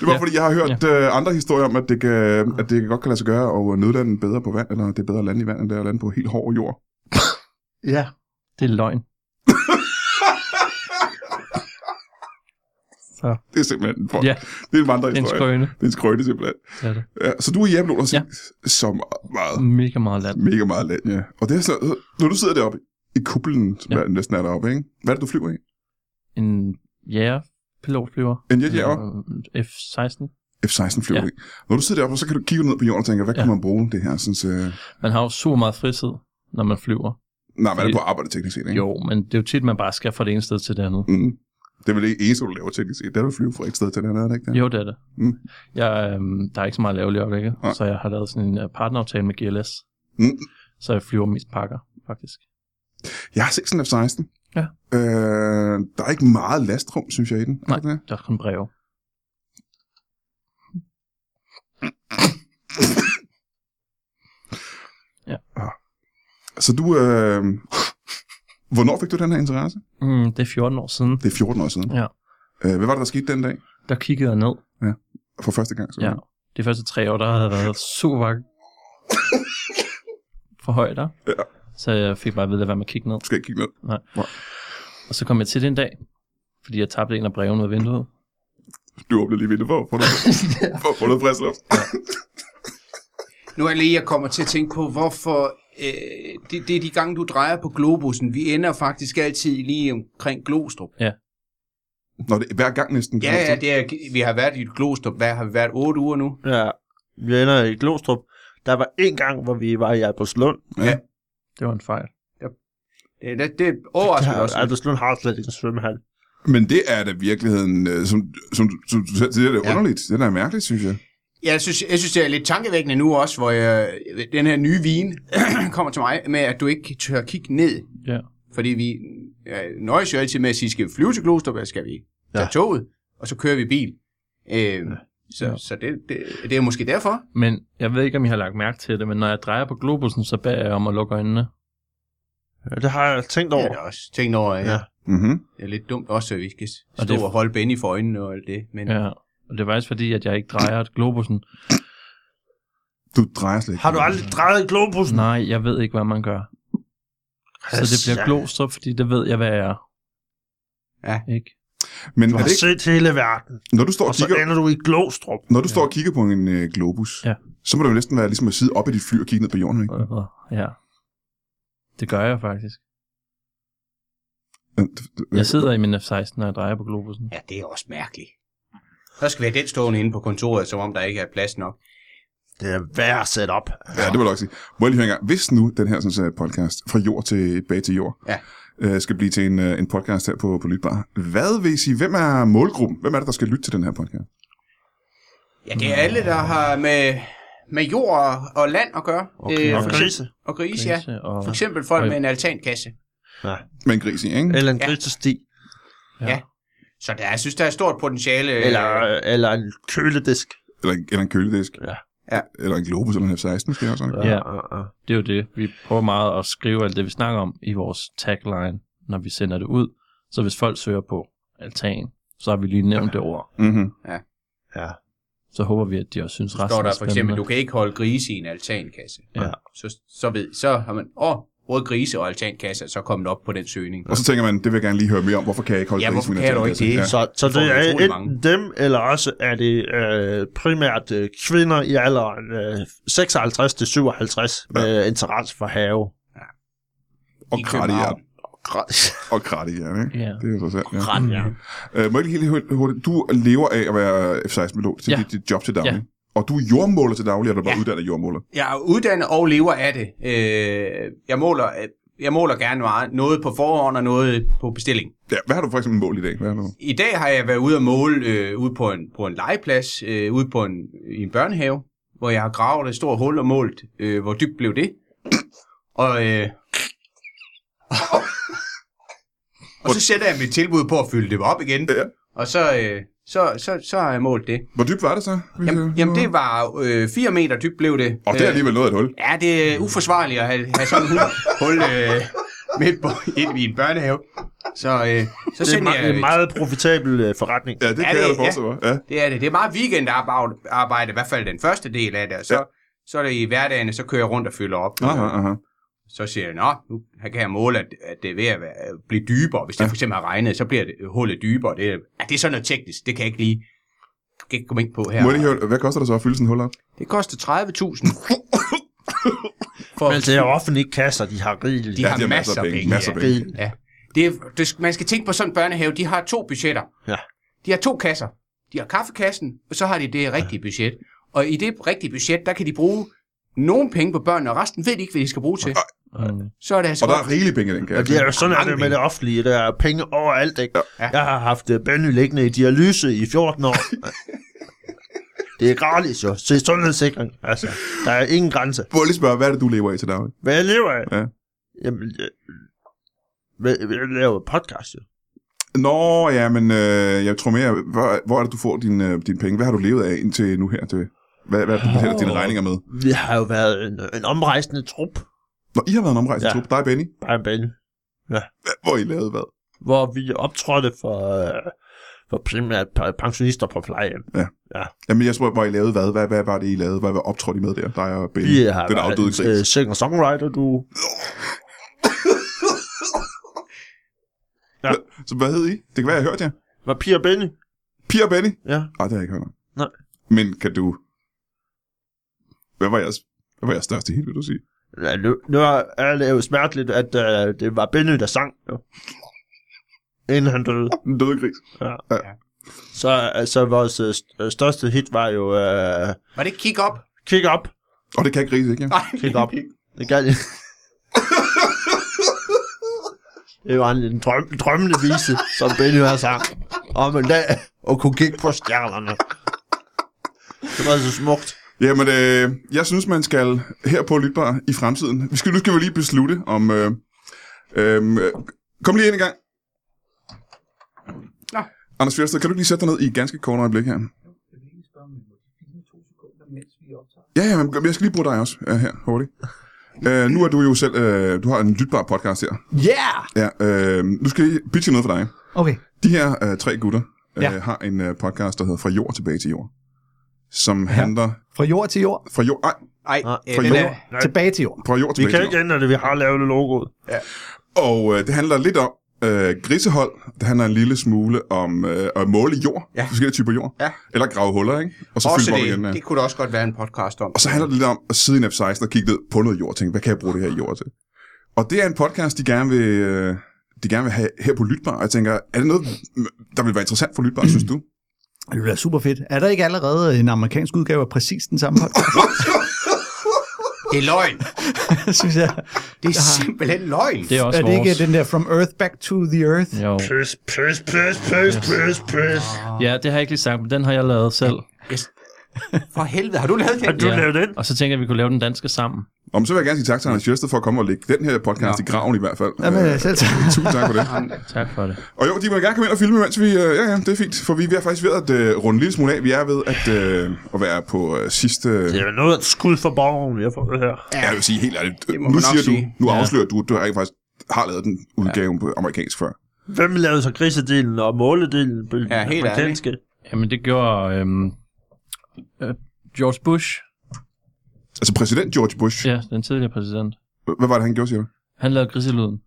Speaker 1: Det var
Speaker 4: Ja.
Speaker 1: fordi, jeg har hørt ja. andre historier om, at det, kan, at det godt kan lade sig gøre at nødlande bedre på vand, eller det er bedre at lande i vand, end det er at lande på helt hård jord.
Speaker 7: Ja.
Speaker 4: Det er løgn.
Speaker 1: Det er simpelthen for,
Speaker 4: Ja,
Speaker 1: det er en vandrehistorie.
Speaker 4: det er en skrøne.
Speaker 1: Det er en skrøne simpelthen.
Speaker 4: Det er det.
Speaker 1: Ja, så du er hjemlån og
Speaker 4: Ja.
Speaker 1: ja. så meget,
Speaker 4: Mega meget land.
Speaker 1: mega meget land, ja. Og det er så, når du sidder deroppe i kuplen, som
Speaker 4: Ja.
Speaker 1: ja. næsten er deroppe, ikke? Hvad er det, du flyver i?
Speaker 4: En jægerpilot flyver.
Speaker 1: En jetjager?
Speaker 4: Øh, F-16.
Speaker 1: F-16 flyver
Speaker 4: Ja.
Speaker 1: ja. i. Når du sidder deroppe, så kan du kigge ned på jorden og tænke, hvad ja. kan
Speaker 4: Ja.
Speaker 1: man bruge det her? Sådan, så...
Speaker 4: Man har jo super meget fritid, når man flyver.
Speaker 1: Nej, man er på arbejde teknisk set, ikke?
Speaker 4: Jo, men det er jo tit, man bare skal fra det ene sted til det andet.
Speaker 1: Mm. Det er vel det eneste, du laver teknisk set. Det er at flyve fra et sted til det andet, er det ikke det?
Speaker 4: Jo, det er det.
Speaker 1: Mm.
Speaker 4: Jeg, øhm, der er ikke så meget at lave lige i øjeblikket,
Speaker 1: Nej.
Speaker 4: så jeg har lavet sådan en øh, partneraftale med GLS,
Speaker 1: Mm.
Speaker 4: så jeg flyver mest pakker, faktisk.
Speaker 1: Jeg har set sådan en F-16.
Speaker 4: Ja.
Speaker 1: Øh, der er ikke meget lastrum, synes jeg, i den. Er
Speaker 4: Nej.
Speaker 1: der det?
Speaker 4: Der er kun breve.
Speaker 1: Så du... Øh... Hvornår fik du den her interesse?
Speaker 4: Mm, det er 14 år siden,
Speaker 1: Det er 14 år siden.
Speaker 4: Ja.
Speaker 1: Øh, hvad var det, der skete den dag?
Speaker 4: der kiggede jeg ned.
Speaker 1: For første gang, så
Speaker 4: Ja. De første tre år, der havde jeg været super for højt der.
Speaker 1: Ja.
Speaker 4: Så jeg fik bare at vide, at være med at kigge ned.
Speaker 1: skal jeg ikke kigge ned.
Speaker 4: Og så kom jeg til den dag, fordi jeg tabte en af brevene ud af vinduet.
Speaker 1: Du åbner lige vinduet for at få noget, for at få noget frisk luft.
Speaker 2: Nu er det lige, jeg kommer til at tænke på, hvorfor øh, det, det er de gange, du drejer på globussen. Vi ender faktisk altid lige omkring Glostrup.
Speaker 1: Nå, det er hver gang næsten.
Speaker 2: Ja, ja, det er, vi har været i Glostrup. Hvad har vi været? 8 uger nu?
Speaker 7: Ja. Vi ender i Glostrup. Der var en gang, hvor vi var i Albertslund.
Speaker 4: Det var en fejl.
Speaker 2: Øh, Det, det, det overrasker mig
Speaker 7: Ja,
Speaker 2: også.
Speaker 7: Albertslund har slet ikke en svømmehal.
Speaker 1: Men det er da virkeligheden, øh, som, som, som du selv siger, det er ja.
Speaker 2: Ja.
Speaker 1: underligt. Det er da mærkeligt, synes jeg.
Speaker 2: Ja, Jeg synes, jeg synes, det er lidt tankevækkende nu også, hvor jeg, den her nye vin kommer til mig med, at du ikke tør kigge ned.
Speaker 4: Ja.
Speaker 2: Fordi vi ja, nøjes jo altid med at sige, skal vi flyve til Glostrup, eller skal vi tage
Speaker 3: Ja.
Speaker 2: toget? Og så kører vi bil. Øh, så så det, det, det er måske derfor.
Speaker 4: Men jeg ved ikke, om I har lagt mærke til det, men når jeg drejer på globussen, så bærer jeg om at lukke øjnene.
Speaker 7: Ja, det har jeg tænkt
Speaker 2: Jeg
Speaker 7: over.
Speaker 2: har da også tænkt over, at
Speaker 7: Ja.
Speaker 2: ja.
Speaker 1: Mm-hmm.
Speaker 2: det er lidt dumt også, at vi skal
Speaker 4: Og
Speaker 2: stå
Speaker 4: det-
Speaker 2: og, holde Benny for øjnene og alt det. Men ja.
Speaker 4: Ja. Og det er faktisk fordi, at jeg ikke drejer globussen.
Speaker 1: Du drejer slet ikke.
Speaker 7: Har du aldrig drejet globussen?
Speaker 4: Nej, jeg ved ikke, hvad man gør. Så det bliver glostrup, fordi det ved jeg, hvad jeg er.
Speaker 2: Ja.
Speaker 4: Ikke?
Speaker 1: Men
Speaker 7: Du
Speaker 1: er
Speaker 7: har
Speaker 1: det ikke,
Speaker 7: set hele verden,
Speaker 1: når du står og
Speaker 7: og så
Speaker 1: kigger,
Speaker 7: ender du i Glostrup.
Speaker 1: når du står og kigger på en øh, globus,
Speaker 4: Ja.
Speaker 1: så må det jo næsten være ligesom at sidde op i dit fly og kigge ned på jorden, ikke?
Speaker 4: Og- og- Ja. Det gør jeg faktisk.
Speaker 1: Øh, d- d-
Speaker 4: Jeg sidder i min F-16, når jeg drejer på globussen.
Speaker 2: ja, det er også mærkeligt. Så skal vi have den stående inde på kontoret, som om der ikke er plads nok.
Speaker 7: Det er værd setup.
Speaker 1: Ja, det vil jeg nok sige. Må jeg lige høre en gang. Hvis nu den her sådan, så podcast, fra jord til bag til jord,
Speaker 2: Ja.
Speaker 1: øh, skal blive til en, øh, en podcast her på, på Lytbar, hvad vil I sige? Hvem er målgruppen? Hvem er det, der skal lytte til den her podcast?
Speaker 2: Ja, det er alle, der har med, med jord og- og land at gøre. Okay.
Speaker 7: Og krise.
Speaker 2: og grise, ja.
Speaker 4: Grise og-
Speaker 2: For eksempel folk
Speaker 4: Og-
Speaker 2: med en altankasse.
Speaker 1: Med en gris i, ikke?
Speaker 7: Eller en
Speaker 2: Ja.
Speaker 7: krisesti.
Speaker 2: Så der, jeg synes, der er stort potentiale. øh,
Speaker 7: Eller, eller en køledisk.
Speaker 1: Eller, en- eller en køledisk.
Speaker 7: Ja.
Speaker 2: Ja.
Speaker 1: Eller en globus, eller en F-16 måske også. Ikke?
Speaker 4: Ja.
Speaker 7: ja, ja.
Speaker 4: Det er jo det. Vi prøver meget at skrive alt det, vi snakker om i vores tagline, når vi sender det ud. Så hvis folk søger på altan, så har vi lige nævnt det ord.
Speaker 1: Mm-hmm.
Speaker 7: ja.
Speaker 4: Så håber vi, at de også synes resten
Speaker 2: står der
Speaker 4: er
Speaker 2: for eksempel, du
Speaker 4: spændende.
Speaker 2: kan ikke holde grise i en altankasse.
Speaker 4: Ja.
Speaker 2: Så, så, ved, så har man, åh, både grise og altankasse, er så kommet op på den søgning.
Speaker 1: Og så tænker man, det vil jeg gerne lige høre mere om. Hvorfor kan jeg ikke holde
Speaker 2: Ja,
Speaker 1: grisen
Speaker 2: hvorfor
Speaker 1: i min
Speaker 2: kan jeg dog
Speaker 1: altankasse?
Speaker 2: ikke det?
Speaker 1: Ja.
Speaker 7: Så, så
Speaker 2: Får
Speaker 7: det
Speaker 2: vi
Speaker 7: er
Speaker 2: utrolig
Speaker 7: enten
Speaker 2: mange.
Speaker 7: dem, eller også er det øh, primært øh, kvinder i alderen øh, 56-57 med interesse for have.
Speaker 1: Og
Speaker 2: I
Speaker 1: krattejern.
Speaker 2: København.
Speaker 1: Og krattejern, ikke?
Speaker 4: Ja.
Speaker 1: Det er interessant. Ja.
Speaker 7: Ret, ja.
Speaker 1: Øh, må jeg lige helt hurtigt- hurtigt, du lever af at være F-16-pilot til
Speaker 4: Ja.
Speaker 1: dit, dit job til daglig.
Speaker 4: Ja.
Speaker 1: Og du er jordmåler til daglig, og du er bare
Speaker 2: Ja.
Speaker 1: uddannet jordmåler.
Speaker 2: Jeg er uddannet og lever af det. Øh, Jeg måler, jeg måler gerne meget. Noget på forhånd og noget på bestilling.
Speaker 1: Ja, hvad har du for eksempel mål i dag? Hvad har du?
Speaker 2: I dag har jeg været ude at måle øh, ude på en, på en legeplads, øh, ude på en, i en børnehave, hvor jeg har gravet et stort hul og målt, øh, hvor dybt blev det. Og, øh, og så sætter jeg mit tilbud på at fylde det op igen.
Speaker 1: Ja.
Speaker 2: Og så, øh, så, så, så har jeg målt det.
Speaker 1: Hvor dybt var det så?
Speaker 2: Jamen, jamen det Øh, var øh, 4 meter dybt blev det.
Speaker 1: Og det er alligevel noget af et hul.
Speaker 2: Ja, det er uforsvarligt at have, have sådan en hul øh, midt på, ind i en børnehave. Så, øh, så
Speaker 7: Det er en
Speaker 2: sendte
Speaker 7: meget,
Speaker 2: jeg
Speaker 7: en meget profitabel øh, forretning.
Speaker 1: Ja, det
Speaker 2: Ja,
Speaker 1: kan jeg da
Speaker 2: det-
Speaker 1: forestille mig. Ja.
Speaker 2: Det er det. Det er meget weekendarbejde, arbejde, i hvert fald den første del af det. Og så,
Speaker 1: Ja.
Speaker 2: ja. så er det i hverdagen, så kører jeg rundt og fylder op.
Speaker 1: Aha, aha.
Speaker 2: Så siger jeg, nå, nu kan jeg måle, at, at det er ved at, være, at blive dybere. Hvis det for eksempel har regnet, så bliver det, øh, hullet dybere. Det, er- ja, det er sådan noget teknisk, det kan jeg ikke lige det kan jeg ikke komme ind på her.
Speaker 1: Må jeg lige høre, hvad koster det så at fylde sådan en hul op?
Speaker 2: Det koster 30.000.
Speaker 7: Men det er offentlige kasser, de har rigeligt.
Speaker 2: De
Speaker 1: Ja,
Speaker 2: har
Speaker 1: de
Speaker 2: masser, masser af penge.
Speaker 1: masser af
Speaker 2: ja.
Speaker 1: penge.
Speaker 7: rigeligt.
Speaker 2: Ja. Det er, det, skal- man skal tænke på sådan en børnehave, de har to budgetter.
Speaker 7: Ja.
Speaker 2: De har to kasser. De har kaffekassen, og så har de det rigtige budget. Og i det rigtige budget, der kan de bruge nogle penge på børnene, og resten ved de ikke, hvad de skal bruge til.
Speaker 4: Mm.
Speaker 2: Så er det altså
Speaker 1: Og der er
Speaker 2: godt.
Speaker 1: rigeligt penge i den, kan
Speaker 7: Ja,
Speaker 1: jeg
Speaker 7: det er
Speaker 1: sige.
Speaker 7: jo sådan, at det med det offentlige, der er penge overalt, ikke? Ja. Jeg har haft øh, Benny liggende i dialyse i 14 år. det er gratis jo. Se sundhedssikring. Altså, der er ingen grænse.
Speaker 1: Må jeg lige spørge, hvad er det, du lever af til daglig?
Speaker 7: Hvad jeg lever af?
Speaker 1: Ja.
Speaker 7: Jamen, jeg, hvad, jeg laver podcast jo.
Speaker 1: Nå, ja, men øh, jeg tror mere, hvor, hvor er det, du får dine øh, dine penge? Hvad har du levet af indtil nu her? Til, hvad, hvad er det, du betaler dine regninger med?
Speaker 7: Vi har jo været en, en omrejsende trup.
Speaker 1: Nå, I har været en omrejse ja.
Speaker 7: Ja.
Speaker 1: trup. Dig, Benny.
Speaker 7: Bare en Benny.
Speaker 1: Hvad- Hvor I lavede hvad?
Speaker 7: Hvor vi optrådte for, øh, for primært pa- pensionister på plejehjem.
Speaker 1: Jamen, jeg spørger, hvor I lavede hvad? Hvad, hvad var det, I lavede? Hvad var optrådt I med der? Dig og Benny?
Speaker 7: Vi har
Speaker 1: Den
Speaker 7: været
Speaker 1: afdøde
Speaker 7: en,
Speaker 1: gris.
Speaker 7: øh, singer-songwriter, du. ja.
Speaker 1: Så hvad hed I? Det kan være, jeg hørte jer.
Speaker 7: Var Pia og Benny.
Speaker 1: Pia og Benny?
Speaker 7: Ja.
Speaker 1: Ej, det har jeg ikke hørt om.
Speaker 7: Nej.
Speaker 1: Men kan du... Hvad var jeres, hvad var jeres største hit, vil du sige?
Speaker 7: Ja, nu, nu er det jo smerteligt, at uh, det var Benny, der sang, jo. inden han døde.
Speaker 1: Den døde gris.
Speaker 7: Så altså, vores øh, st- øh, største hit var jo uh,
Speaker 2: Var det kick up?
Speaker 7: Kick Up.
Speaker 1: Og det kan grise, ikke? Ja.
Speaker 2: Nej,
Speaker 7: Kick Up. Det galt Det var en, en drøm, drømmende vise, som Benny har sagt. Om en dag, og kunne kigge på stjernerne. Det var så smukt.
Speaker 1: Jamen, øh, jeg synes, man skal her på Lytbar i fremtiden. Vi skal, nu skal vi lige beslutte om... Øh, øh, kom lige ind i gang. Anders Fjersted, kan du ikke lige sætte dig ned i et ganske kort øjeblik her? Ja, ja, men jeg skal lige bruge dig også øh, her, hurtigt. Øh, nu er du jo selv... Øh, du har en lytbar podcast her.
Speaker 8: Yeah!
Speaker 1: Ja, øh, nu skal jeg pitche noget for dig.
Speaker 8: Okay.
Speaker 1: De her øh, tre gutter øh,
Speaker 8: Ja.
Speaker 1: har en øh, podcast, der hedder Fra jord tilbage til jord. Som handler...
Speaker 8: Fra jord til jord.
Speaker 1: Fra jord... Ej,
Speaker 2: Ej,
Speaker 1: fra
Speaker 8: Den
Speaker 1: jord,
Speaker 8: er tilbage til jord.
Speaker 1: fra jord
Speaker 7: Vi
Speaker 1: tilbage
Speaker 7: kan
Speaker 1: til jord.
Speaker 7: ikke ændre det, vi har lavet logoet.
Speaker 1: Og øh, det handler lidt om øh, grisehold. Det handler en lille smule om øh, at måle jord. Ja. Forskellige typer jord.
Speaker 2: Ja.
Speaker 1: Eller grave huller, ikke? Og så
Speaker 2: Også
Speaker 1: fylde dem op igen.
Speaker 2: det,
Speaker 1: Ja.
Speaker 2: det kunne der også godt være en podcast om.
Speaker 1: Og så handler det lidt om at sidde i en F-16 og kigge ned på noget jord og tænke, hvad kan jeg bruge det her jord til? Og det er en podcast, de gerne vil, øh, de gerne vil have her på Lytbar. Og jeg tænker, er det noget, der vil være interessant for Lytbar, synes du?
Speaker 8: Det ville være super fedt. Er der ikke allerede en amerikansk udgave af præcis den samme podcast?
Speaker 2: Det er løgn.
Speaker 8: synes jeg.
Speaker 2: Det er simpelthen løgn.
Speaker 4: Det er også
Speaker 8: Er det
Speaker 4: vores.
Speaker 8: ikke den der From Earth Back to the Earth?
Speaker 4: Jo.
Speaker 7: Pøs, pøs, pøs, pøs, pøs, pøs.
Speaker 4: Ja, det har jeg ikke lige sagt, men den har jeg lavet selv.
Speaker 2: For helvede, har du lavet
Speaker 7: Har
Speaker 2: det?
Speaker 7: du
Speaker 4: Ja.
Speaker 7: lavet den?
Speaker 4: Og så tænker jeg, at vi kunne lave den danske sammen.
Speaker 1: Om så vil jeg gerne sige tak til Anders Jørstad for at komme og lægge den her podcast ja. i graven i hvert fald. Øh,
Speaker 8: Jamen, selv tak.
Speaker 1: Tusind tak for det.
Speaker 4: Tak for det.
Speaker 1: Og jo, de må gerne komme ind og filme, mens vi... Øh, ja, ja, det er fint, for vi er faktisk ved at øh, runde en lille smule af. Vi er ved at, øh, at være på øh, sidste...
Speaker 7: Det
Speaker 1: Ja.
Speaker 7: er vel noget af et skud for borgen, vi har fået her.
Speaker 1: Jeg vil sige helt ærligt,
Speaker 2: må
Speaker 1: nu
Speaker 2: man nok
Speaker 1: siger du,
Speaker 2: sige.
Speaker 1: nu afslører du, at du har faktisk har lavet den udgave på amerikansk før.
Speaker 7: Hvem lavede så grisedelen og måledelen på den
Speaker 2: Ja, helt
Speaker 7: amerikanske?
Speaker 4: Jamen, det gjorde øhm, øh, George Bush,
Speaker 1: Altså præsident George Bush, ja.
Speaker 4: ja, den tidligere præsident.
Speaker 1: hvad var det, han gjorde, siger du?
Speaker 4: Han lavede griselyden.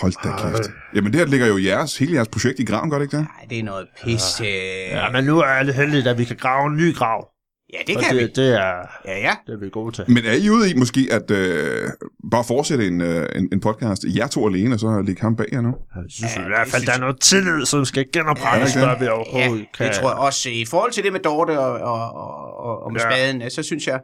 Speaker 1: Hold da kæft. Jamen det her ligger jo jeres, hele jeres projekt i graven, gør det ikke det?
Speaker 2: Nej, det er noget pisse.
Speaker 7: Ja, men nu er alle heldige, at vi kan grave en ny grav.
Speaker 2: Ja, det
Speaker 7: Og
Speaker 2: kan vi.
Speaker 7: det, det, er,
Speaker 2: Ja, ja.
Speaker 7: det er vi gode til.
Speaker 1: Men er I ude i måske at øh, bare fortsætte en, øh, en, en podcast, jer to alene, og så lægge ham bag jer nu?
Speaker 7: Jeg synes
Speaker 2: Ja,
Speaker 7: ja, i hvert
Speaker 2: det
Speaker 7: fald,
Speaker 2: synes
Speaker 7: der er noget tillid, som skal genoprettes,
Speaker 1: Ja, det er
Speaker 7: før vi
Speaker 2: Ja,
Speaker 7: overhovedet kan.
Speaker 2: det tror jeg også. I forhold til det med Dorte og, og, og, og, og med
Speaker 7: Ja.
Speaker 2: ja. spaden, øh, så synes jeg,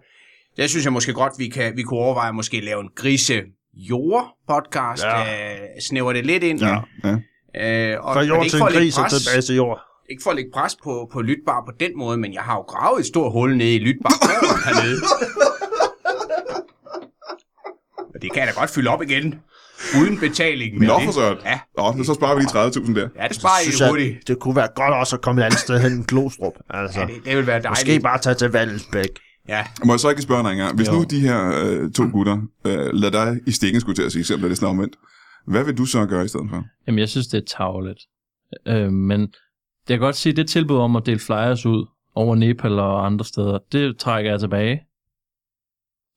Speaker 2: jeg synes jeg måske godt, vi, kan, vi kunne overveje at måske lave en grise jord podcast.
Speaker 7: Ja.
Speaker 2: Ja. Øh, snæver det lidt ind.
Speaker 7: Ja.
Speaker 1: Ja.
Speaker 2: Øh, og,
Speaker 7: Fra
Speaker 2: og det er
Speaker 7: jord
Speaker 2: ikke
Speaker 7: til
Speaker 2: for
Speaker 7: en
Speaker 2: at lægge
Speaker 7: gris og
Speaker 2: pres-
Speaker 7: tilbage til jord.
Speaker 2: ikke for at lægge pres på, på Lytbar på den måde, men jeg har jo gravet et stort hul nede i Lytbar gården hernede. Og det kan jeg da godt fylde op igen, uden betaling. men
Speaker 1: Nå
Speaker 2: det-
Speaker 1: for søren.
Speaker 2: Ja,
Speaker 1: Nå, så sparer vi lige 30.000 der.
Speaker 2: ja det sparer
Speaker 7: Synes
Speaker 2: I hurtigt.
Speaker 7: jeg, det kunne være godt også at komme et andet sted hen end Glostrup. Altså,
Speaker 2: Ja, det, det vil være dejligt.
Speaker 7: måske bare tage til Vallensbæk.
Speaker 2: Ja,
Speaker 1: Må jeg så ikke spørge dig engang? Hvis jo. nu de her øh, to gutter øh, lader dig i stikken, skulle jeg til at sige, selvom det er sådan omvendt. Hvad vil du så gøre i stedet for?
Speaker 4: Jamen, jeg synes, det er tavlet. Øh, men jeg kan godt sige, det tilbud om at dele flyers ud over Nepal og andre steder, det trækker jeg tilbage.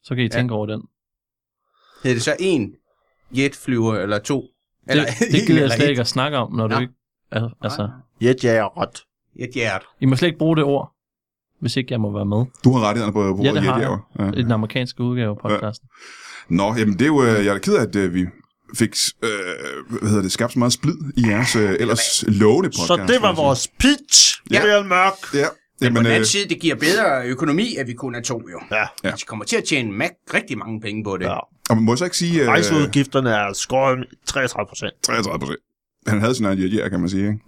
Speaker 4: Så kan I tænke over den.
Speaker 2: hedder det så en jetflyver eller to?
Speaker 4: Det, det gider jeg slet ikke
Speaker 2: ikke.
Speaker 4: at snakke om, når du
Speaker 2: Nå.
Speaker 4: ikke... al- Altså,
Speaker 7: Jetjagerot.
Speaker 2: Jetjært.
Speaker 4: I må slet ikke bruge det ord, hvis ikke jeg må være med.
Speaker 1: Du har rettighederne på på
Speaker 4: Ja, det
Speaker 1: ordet
Speaker 4: har
Speaker 1: jetjager.
Speaker 4: I den amerikanske udgave af podcasten.
Speaker 1: Nå, jamen det er jo, øh, jeg er da ked af, at øh, vi fik øh, hvad hedder det, skabt så meget splid i jeres øh, ellers lovende podcast.
Speaker 7: Så det var
Speaker 1: vil jeg
Speaker 7: vores pitch,
Speaker 1: Ja.
Speaker 7: ja. Real Mørk.
Speaker 1: sige. Ja,
Speaker 2: Men på
Speaker 1: jamen,
Speaker 2: den
Speaker 1: øh,
Speaker 2: anden side, det giver bedre økonomi, at vi kun er to jo.
Speaker 7: Ja.
Speaker 1: Ja.
Speaker 2: Vi kommer til at tjene Mac rigtig mange penge på det.
Speaker 7: ja.
Speaker 1: og må jeg så ikke sige... Øh,
Speaker 7: Rejseudgifterne er skåret med 33 procent.
Speaker 1: 33 procent. Han havde sin egen jetjager, kan man sige. Ikke?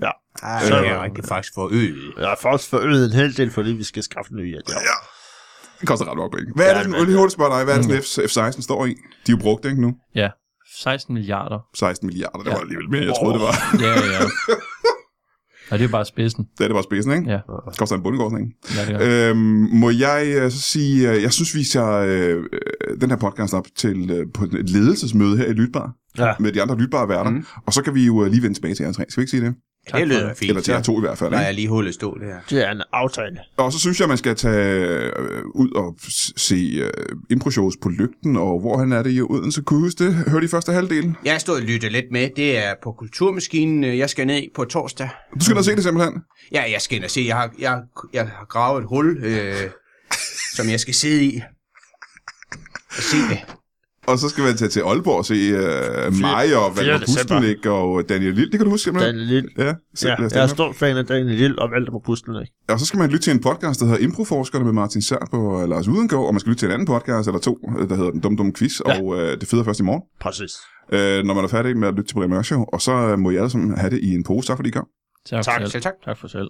Speaker 2: Ej,
Speaker 7: Så-
Speaker 2: det Ah, er rigtig faktisk for øget.
Speaker 7: Jeg har faktisk forøget en hel del, fordi vi skal skaffe en ny jetjager.
Speaker 1: Ja. Det koster ret mange penge. Hvad er det,
Speaker 7: Ja,
Speaker 1: den
Speaker 7: men-
Speaker 1: hurtigt spørger dig, hvad er det, sådan F- F-16 står i? De er jo brugt, ikke nu?
Speaker 4: 16 milliarder.
Speaker 1: 16 milliarder, det
Speaker 4: Ja.
Speaker 1: var alligevel mere, jeg troede, det var.
Speaker 4: Ja, ja. Og det er bare spidsen.
Speaker 1: Det er det var spidsen, ikke?
Speaker 4: Ja.
Speaker 1: Det koster en bundegårdsning.
Speaker 4: Ja, det gør.
Speaker 7: Øh,
Speaker 4: det.
Speaker 1: Øhm, må jeg øh, så sige, øh, jeg synes, vi tager øh, øh, den her podcast op til øh, på et ledelsesmøde her i Lytbar.
Speaker 7: Ja.
Speaker 1: Med de andre lytbare værter. Mm. Og så kan vi jo øh, lige vende tilbage til jer tre. Skal vi ikke sige det?
Speaker 2: Ja, det lyder fint.
Speaker 1: Eller til jer to i hvert fald.
Speaker 2: Nej,
Speaker 1: Ikke?
Speaker 2: jeg lige hullet stå det her.
Speaker 7: Det er en aftale.
Speaker 1: Og så synes jeg, man skal tage øh, ud og s- se øh, impro-shows på Lygten, og hvor han er det i Odense. Kunne I huske det? Hørte I første halvdel?
Speaker 2: Jeg har stået og lyttet lidt med. Det er på Kulturmaskinen. øh, Jeg skal ned på torsdag.
Speaker 1: Du skal da se det simpelthen.
Speaker 2: Ja, jeg skal ind og se. Jeg har, jeg, jeg har gravet et hul, øh, som jeg skal sidde i. Og se det.
Speaker 1: Og så skal man tage til Aalborg og se øh, mig og Valder
Speaker 7: december.
Speaker 1: Pustelik og Daniel Lille. Det kan du huske simpelthen?
Speaker 7: Daniel Lille.
Speaker 1: Ja,
Speaker 7: Ja,
Speaker 1: simpelthen.
Speaker 7: jeg er stor fan af Daniel Lille og Valdemar Pustelnik.
Speaker 1: Og så skal man lytte til en podcast, der hedder Improforskerne med Martin Sørp og Lars Udengård, og man skal lytte til en anden podcast, eller to, der hedder Den Dumme Dumme Quiz, ja. og øh, det fede er øh, først i morgen.
Speaker 7: Præcis.
Speaker 1: øh, når man er færdig med at lytte til Brian Mørk Show, og så øh, må I alle sammen have det i en pose. Tak fordi I kom.
Speaker 4: Tak,
Speaker 7: Tak,
Speaker 4: selv.
Speaker 7: selv tak.
Speaker 4: Tak for selv.